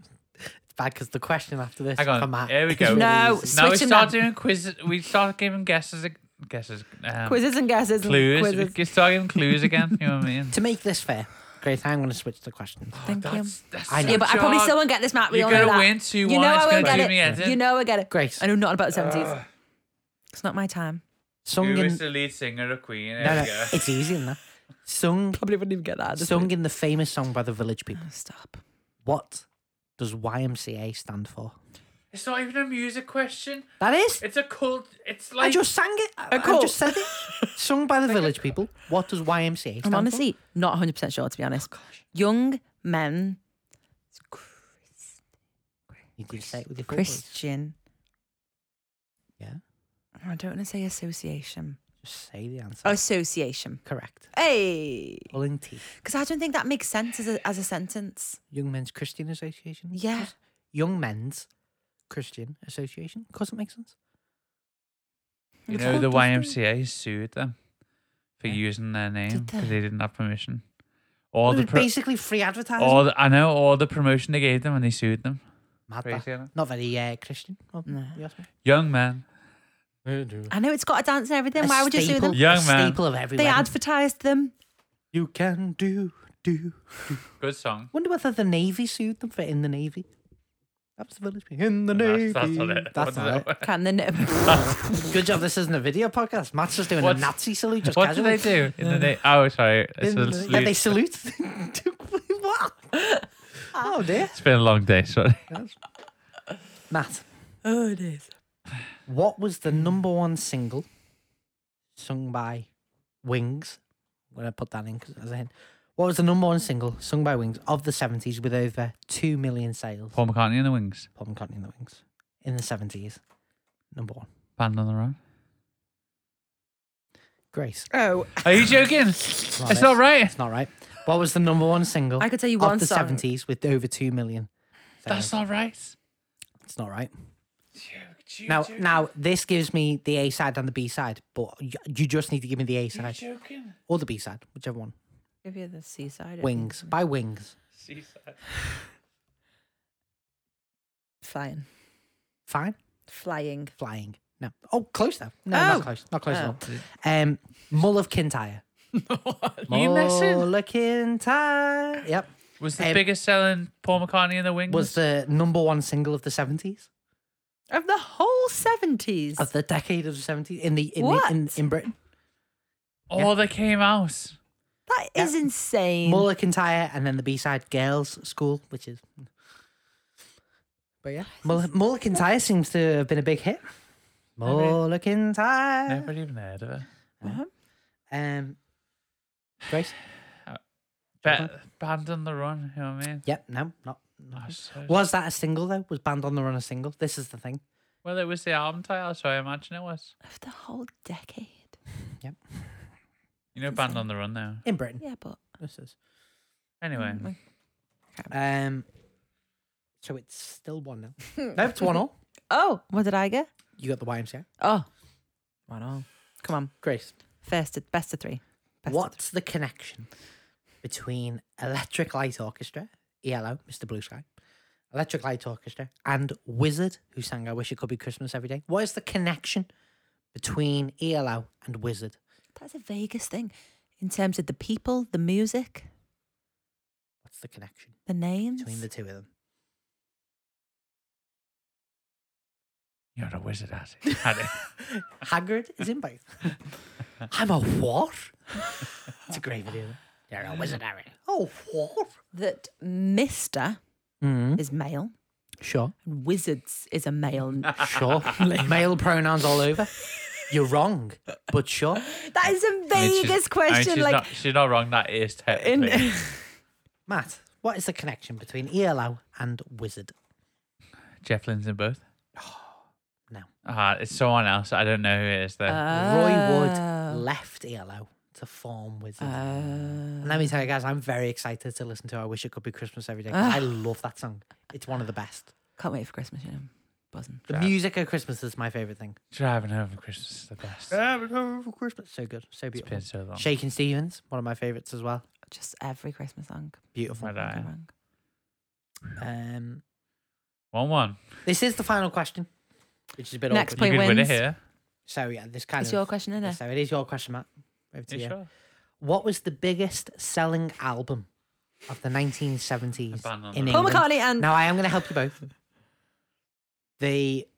S3: bad because the question after this.
S1: Hang on,
S3: from Matt
S1: here we
S3: is
S1: go.
S3: really
S2: No,
S3: easy.
S1: Now we
S2: Switching
S1: start
S2: them.
S1: doing quizzes. We start giving guesses. ag- Guesses. Um,
S2: Quizzes and guesses.
S1: clues.
S2: And quizzes.
S1: We start giving clues again. You know what I mean?
S3: To make this fair, Grace, I'm going to switch the question.
S2: Thank you.
S1: That's, that's
S3: I know.
S2: Yeah, but I probably
S1: such a
S2: still won't get this map. We
S1: You're
S2: all know
S1: gonna
S2: that.
S1: win 2-1,
S2: You know
S1: it's
S2: I
S1: gonna
S2: won't get
S1: do
S2: it.
S1: me editing.
S2: You know I get it.
S3: Grace,
S2: I know not about the 70s. It's not my time.
S3: sung
S1: Who
S3: in.
S1: is the lead singer of Queen? There
S3: No,
S1: we
S3: no,
S1: go.
S3: it's easy in that. Sung,
S2: Probably wouldn't even get that.
S3: sung in the famous song by the Village People.
S2: Stop.
S3: What does YMCA stand for?
S1: It's not even a music question.
S3: That is.
S1: It's a cult. It's
S3: I
S1: like
S3: just sang it. I, I
S2: course.
S3: just said it. Sung by the Village People. What does YMCA stand
S2: I'm
S3: for? Oh,
S2: honestly not 100% sure, to be honest. Young men,
S3: You did say it with your full voice.
S2: Christian.
S3: Yeah.
S2: I don't want to say association.
S3: Just say the answer.
S2: Association.
S3: Correct.
S2: Hey,
S3: Pulling teeth.
S2: because I don't think that makes sense as a, as a sentence.
S3: Young Men's Christian Association.
S2: Yeah.
S3: Young Men's Christian Association. Of course, it makes sense.
S1: you
S2: It's
S1: know
S2: not
S1: the
S2: just
S1: YMCA sued them for using their name
S2: Did
S1: because
S2: they?
S1: they didn't have permission. All
S3: It
S1: the
S3: was
S1: pro-
S3: basically free advertising.
S1: all the, I know all the promotion they gave them and they sued them.
S3: Mad
S1: Crazy,
S3: that.
S1: isn't it?
S3: Not very uh, Christian. of
S2: No.
S3: you ask me.
S1: Young man.
S2: I know it's got a dance and everything.
S3: A
S2: Why would you sue
S3: staple-
S2: them?
S1: Young
S3: a
S1: man.
S3: Staple of every
S2: They
S3: wedding.
S2: advertised them.
S3: You can do do.
S1: Good song.
S3: Wonder whether the Navy sued them for in the Navy. That's the village. people. In the Navy.
S1: That's, that's not it.
S3: That's
S1: What
S3: not
S1: do
S3: it.
S2: Can they? No.
S3: Good job. This isn't a video podcast. Matt's just doing
S1: What's-
S3: a Nazi salute.
S1: they-
S3: Just
S1: What do
S3: casually.
S1: they do? In the na- oh, sorry. It's
S3: In
S1: a
S3: the- Yeah, they
S1: salute.
S3: salute. what? oh dear.
S1: It's been a long day, sorry.
S3: Matt,
S2: Oh, it is.
S3: what was the number one single sung by Wings? I'm going to put that in because as a hint. What was the number one single sung by Wings of the 70s with over 2 million sales?
S1: Paul McCartney and the Wings.
S3: Paul McCartney and the Wings. In the 70s. Number one.
S1: Band on the Run.
S3: Grace.
S2: Oh,
S1: Are you joking?
S3: Not
S1: it's
S3: it.
S1: not right.
S3: It's not right. What was the number one single
S2: I could tell you
S3: of
S2: one
S3: the
S2: song.
S3: 70s with over 2 million?
S1: That's not
S3: sales?
S1: right.
S3: It's not right. Now, now this gives me the A side and the B side, but y- you just need to give me the A
S1: You're
S3: side
S1: joking.
S3: or the B side, whichever one.
S2: give you the seaside. I
S3: Wings
S2: think.
S3: by Wings.
S2: Flying.
S3: Fine.
S2: Flying.
S3: Flying. No. Oh, close though. No,
S2: Oh.
S3: not close. Not close
S2: Oh.
S3: enough. Um, Mull of Kintyre.
S1: You messing?
S3: Mull of Kintyre. Yep.
S1: Was the
S3: Um,
S1: biggest selling Paul McCartney and the Wings?
S3: Was the number one single of the seventies
S2: Of the whole 70s.
S3: of the decade of the seventies in the in
S2: What?
S3: The, in, in Britain.
S1: All that Oh, came out.
S2: that
S3: yeah.
S2: is insane.
S3: Mull of Kintyre, and then the B side, Girls School, which is. But yeah, Mull, Mull of Kintyre seems to have been a big hit. Mull of Kintyre.
S1: Never even heard of it.
S3: Um, Grace.
S1: Bet, band on the Run, you know what I mean?
S3: Yep. No. Not.
S1: Oh,
S3: not.
S1: so-
S3: Was that a single though? Was Band on the Run a single? This is the thing.
S1: Well, it was the album title, so I imagine it was.
S2: Of the whole decade.
S1: You know, Band on the Run, though.
S3: In Britain.
S2: Yeah, but.
S3: This is.
S1: Anyway,
S2: Mm,
S3: Um. So it's still one now. no, it's one all.
S2: Oh, what did I get?
S3: You got the YMCA.
S2: Oh. One all. Come on.
S3: Grace.
S2: First, to, best of three. Best of three.
S3: What's the connection between Electric Light Orchestra, E ELO, Mr. Blue Sky, Electric Light Orchestra, and Wizard, who sang I Wish It Could Be Christmas Every Day? What is the connection between ELO and Wizard?
S2: That's the vaguest thing in terms of the people, the music,
S3: What's the connection
S2: the names.
S3: between the two of them?
S1: you're a wizard at it. At it.
S3: Hagrid is in both. I'm a what? it's a great video. You're a wizard, Harry. Oh, what?
S2: that Mister
S3: Mm,
S2: is male
S3: sure.
S2: and Wizards is a male. that
S3: Sure. Male pronouns all over. You're wrong, but sure.
S2: is the
S1: I mean, she's-
S2: vaguest
S1: I mean,
S2: question.
S1: she's
S2: like,
S1: not, she's not wrong. That is
S2: in,
S1: technically.
S3: Matt, what is the connection between ELO and Wizard?
S1: Jeff Lynne's in both.
S3: no.
S1: Ah, it's someone else. I don't know who it is though.
S2: Uh,
S3: Roy
S2: Oh.
S3: Wood left ELO to form Wizard. and let me tell you guys, I'm very excited to listen to I Wish It Could Be Christmas Every Day. 'cause I love that song. It's one of the best.
S2: can't wait for Christmas. You know, buzzing.
S3: The
S1: Yeah.
S3: music at Christmas is my favourite thing.
S1: Driving home for Christmas is the best.
S3: for Christmas. So good. So
S1: Oh, It's been
S3: beautiful.
S1: so long.
S3: Shaking Stevens, one of my favourites as well.
S2: Just every Christmas song.
S3: Beautiful.
S1: Right, aye.
S2: Can't go wrong.
S3: Um,
S1: One one.
S3: this is the final question, which is a bit
S2: Next
S3: awkward.
S2: Play
S1: you could win it
S2: wins.
S1: here.
S3: So yeah, this kind
S2: It's
S3: of
S2: your question, isn't it?
S3: So it is your question, Matt. Over to
S1: Yeah,
S3: you.
S1: sure.
S3: What was the biggest selling album of the 1970s
S1: A band on
S3: in
S1: the
S2: Paul
S3: England?
S2: McCartney and
S3: Now I am going to help you both. The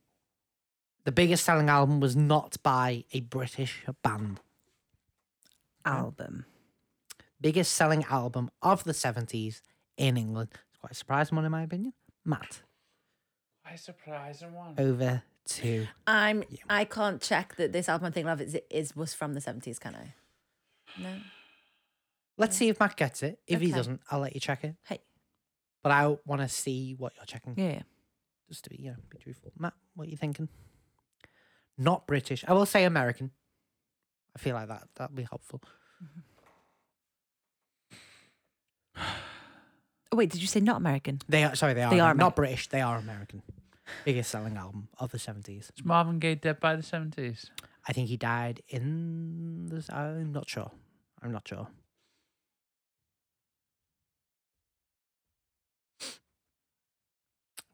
S3: the biggest selling album was not by a British band.
S2: album.
S3: Biggest selling album of the 70s in England. It's quite a surprising one in my opinion. Matt,
S1: Quite a surprising one.
S3: over to
S4: I'm. I can't check that this album I think love is, is was from the seventies. Can I? No.
S3: Let's see if Matt gets it. If he
S4: Okay.
S3: doesn't, I'll let you check it.
S4: Hey.
S3: But I want to see what you're checking.
S2: Yeah, yeah.
S3: just to be you know be truthful. Matt, what are you thinking? Not British. I will say American. I feel like that that'll be helpful.
S2: Oh, wait, did you say not American?
S3: They are sorry, they are,
S2: They are
S3: Amer- not British. They are American. Biggest selling album of the seventies.
S1: Is Marvin Gaye dead by the seventies?
S3: I think he died in this. I'm not sure. I'm not sure.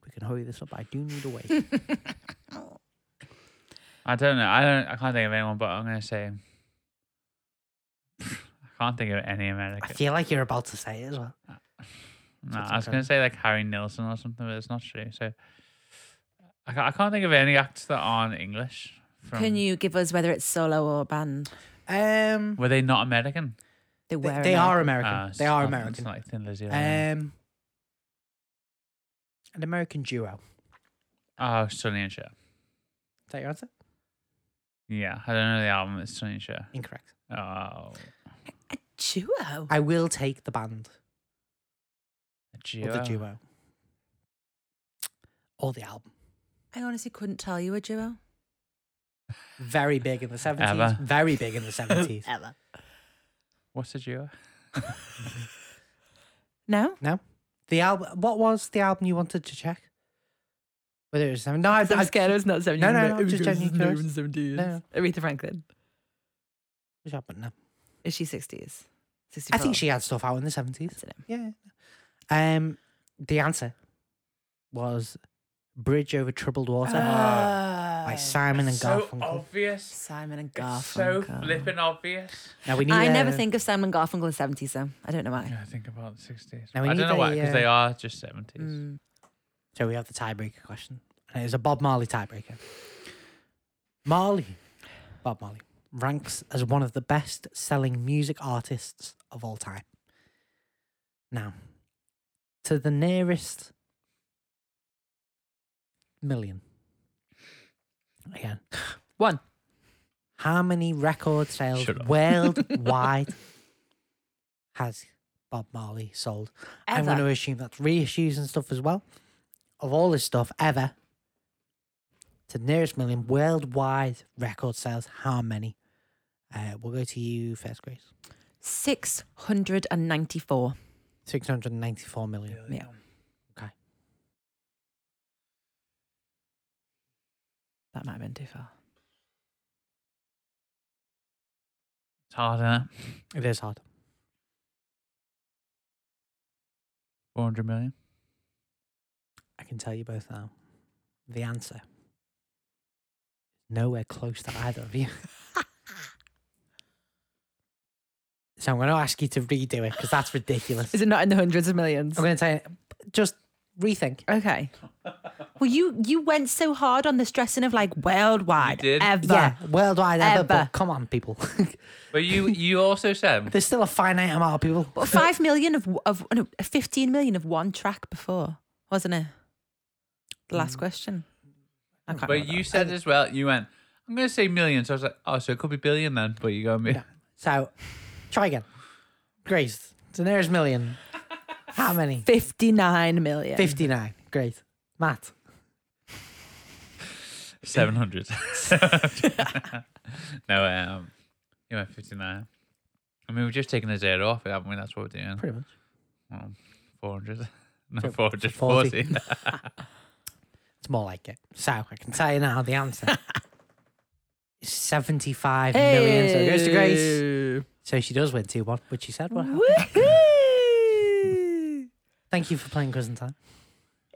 S3: We can hurry this up. I do need a wait.
S1: I don't know. I don't. I can't think of anyone. But I'm gonna say. I can't think of any
S3: I
S1: American.
S3: feel like you're about to say it as well.
S1: No,
S3: That's
S1: I was
S3: okay.
S1: going to say like Harry Nilsson or something, but it's not true. So I can't, I can't think of any acts that aren't English. From,
S2: Can you give us whether it's solo or band?
S3: Um,
S1: Were they not American?
S2: They were.
S3: they, they are American.
S1: Ah,
S3: they are
S1: so
S3: American. Uh,
S1: It's like Thin Lizzy. or whatever.
S3: Um, an American duo.
S1: Oh, Sonny and Cher.
S3: Is that your answer?
S1: Yeah, I don't know the album. It's Sonny and Cher.
S3: Incorrect.
S1: Oh,
S2: A duo?
S3: I will take the band
S1: a duo.
S3: or the duo or the album.
S2: I honestly couldn't tell you a duo.
S3: Very big in the seventies.
S1: Ever.
S3: Very big in the seventies.
S4: Ever.
S1: What's a duo?
S2: No?
S3: no, the album. What was the album you wanted to check? Whether it was seven. No, I, I,
S2: scared it's not 70.
S3: No, no, no, just genuinely curious. No.
S2: Aretha Franklin.
S3: which album? No.
S2: Is she 60s? 64.
S3: I think she had stuff out in the seventies.
S2: That's it.
S3: Yeah. Um, the answer was "Bridge Over Troubled Water"
S2: Ah.
S3: by
S4: Oh.
S3: Simon and
S1: so
S3: Garfunkel.
S1: obvious.
S2: Simon and
S1: It's
S2: Garfunkel.
S1: So flipping obvious.
S3: Now we need.
S2: I
S3: a-
S2: never think of Simon Garfunkel as 70s, though. I don't know why.
S1: Yeah, I think about the sixties.
S3: Now
S1: I
S3: we
S1: don't
S3: need
S1: know why,
S3: a,
S1: because they
S3: uh,
S1: are just seventies.
S2: Mm.
S3: So we have the tiebreaker question. And it is a Bob Marley tiebreaker. Marley, Bob Marley, ranks as one of the best selling music artists of all time. Now, to the nearest million. Again,
S2: One.
S3: how many record sales
S1: Shut up.
S3: worldwide has Bob Marley sold? I'm going to
S2: Ever.
S3: assume that's reissues and stuff as well. Of all this stuff ever, to the nearest million worldwide record sales, how many? Uh, we'll go to you first, Grace.
S2: 694.
S3: 694 million.
S2: Yeah.
S3: Okay.
S2: That might have been too far.
S1: It's hard, isn't it?
S3: It is hard.
S1: Four hundred million.
S3: I can tell you both now. The answer. Nowhere close to either of you. so I'm going to ask you to redo it because that's ridiculous.
S2: Is it not in the hundreds of millions?
S3: I'm going to tell you, just rethink.
S2: Okay. Well, you you went so hard on the stressing of like worldwide.
S1: You did.
S2: Ever.
S3: Yeah, worldwide ever,
S2: Ever.
S3: but come on, people.
S1: But you, you also said
S3: There's still a finite amount of people.
S2: But five million of of no, fifteen million of one track before, wasn't it? The last question. I can't.
S1: But
S2: remember
S1: you said as well, you went, I'm going to say million. So I was like, oh, so it could be billion then. But you go, me.
S3: So try again. Grace, to nearest million. How many?
S2: fifty nine million.
S3: 59. Great. Matt,
S1: 700. no, um, you went 59. I mean, we've just taken a zero off it, haven't we? That's what we're doing.
S3: pretty much.
S1: Um, 400. No,
S3: So,
S1: 440.
S3: It's more like it. So I can tell you now the answer. Seventy-five million. So it goes to Grace. So she does win 2 1, which she said. Well,
S2: Woohoo!
S3: thank you for playing Cousin Time.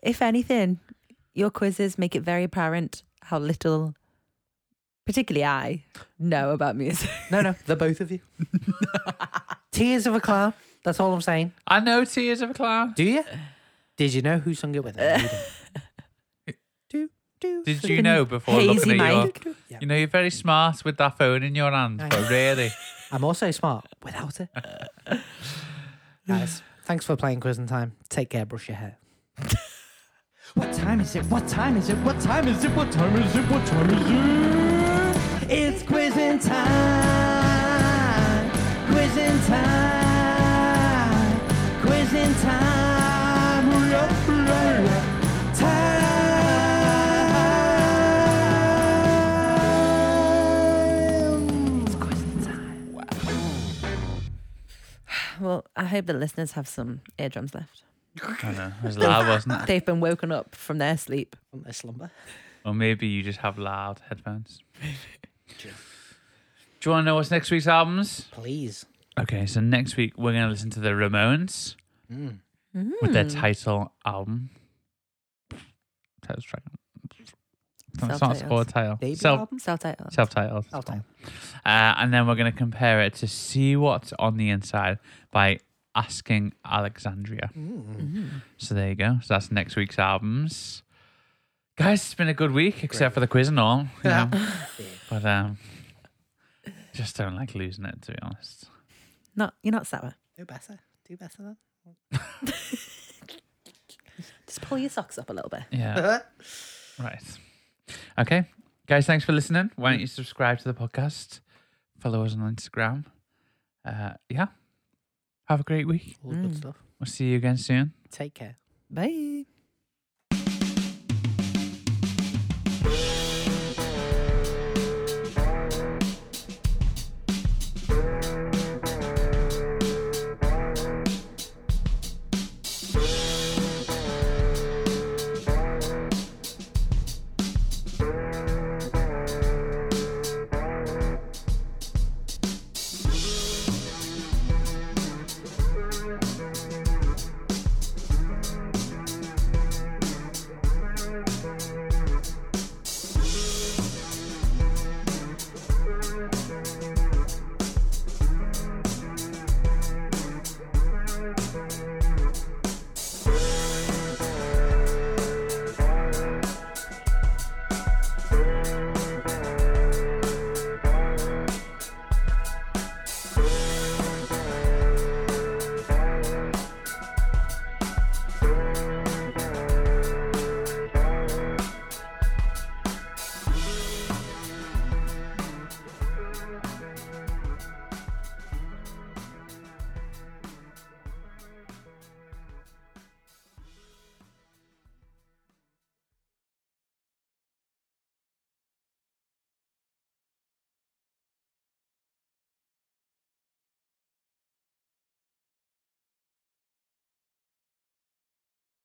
S2: if anything, your quizzes make it very apparent how little, particularly I, know about music.
S3: No, no, the both of you. Tears of a Clown. That's all I'm saying.
S1: I know Tears of a Clown.
S3: Do you? Did you know who sung it with her? do, do.
S1: Did you know before
S2: Hazy
S1: looking at your.
S2: mind.
S3: Yeah.
S1: You know, you're very smart with that phone in your hand,
S3: Nice.
S1: but really,
S3: I'm also smart without it. Guys, thanks for playing Quiz and Time. Take care, brush your hair. what time is it? What time is it? What time is it? What time is it? What time is it? It's Quiz and Time. Quiz and Time. Quiz and Time. La, la, la. Time. It's Quiz and Time.
S2: Well, I hope the listeners have some eardrums left.
S1: I know, it was loud, wasn't it?
S2: They've been woken up from their sleep.
S3: From their slumber.
S1: Or maybe you just have loud headphones. Do you want to know what's next week's albums?
S3: Please.
S1: Okay, so next week we're going to listen to the Ramones
S3: Mm.
S1: with
S2: Hmm. Mm.
S1: their title album. Title track. That's not a score
S2: Self-titled.
S1: title.
S3: Debut
S1: Self,
S3: album?
S2: Self title.
S1: self-titled. it's
S3: Self-titled.
S1: called. Uh, and then we're going to compare it to See What's on the Inside by Asking Alexandria.
S3: Mm.
S1: So there you go. So that's next week's albums. Guys, it's been a good week, except for the quiz and all. you know. but um, just don't like losing it, to be honest.
S2: Not you're not sour.
S3: Do better. Do better then.
S2: Just pull your socks up a little bit.
S1: Yeah. Right. Okay. Guys, thanks for listening. Why don't you subscribe to the podcast? Follow us on Instagram. Uh, yeah. Have a great week.
S3: All good stuff.
S1: We'll see you again soon.
S3: Take care.
S2: Bye.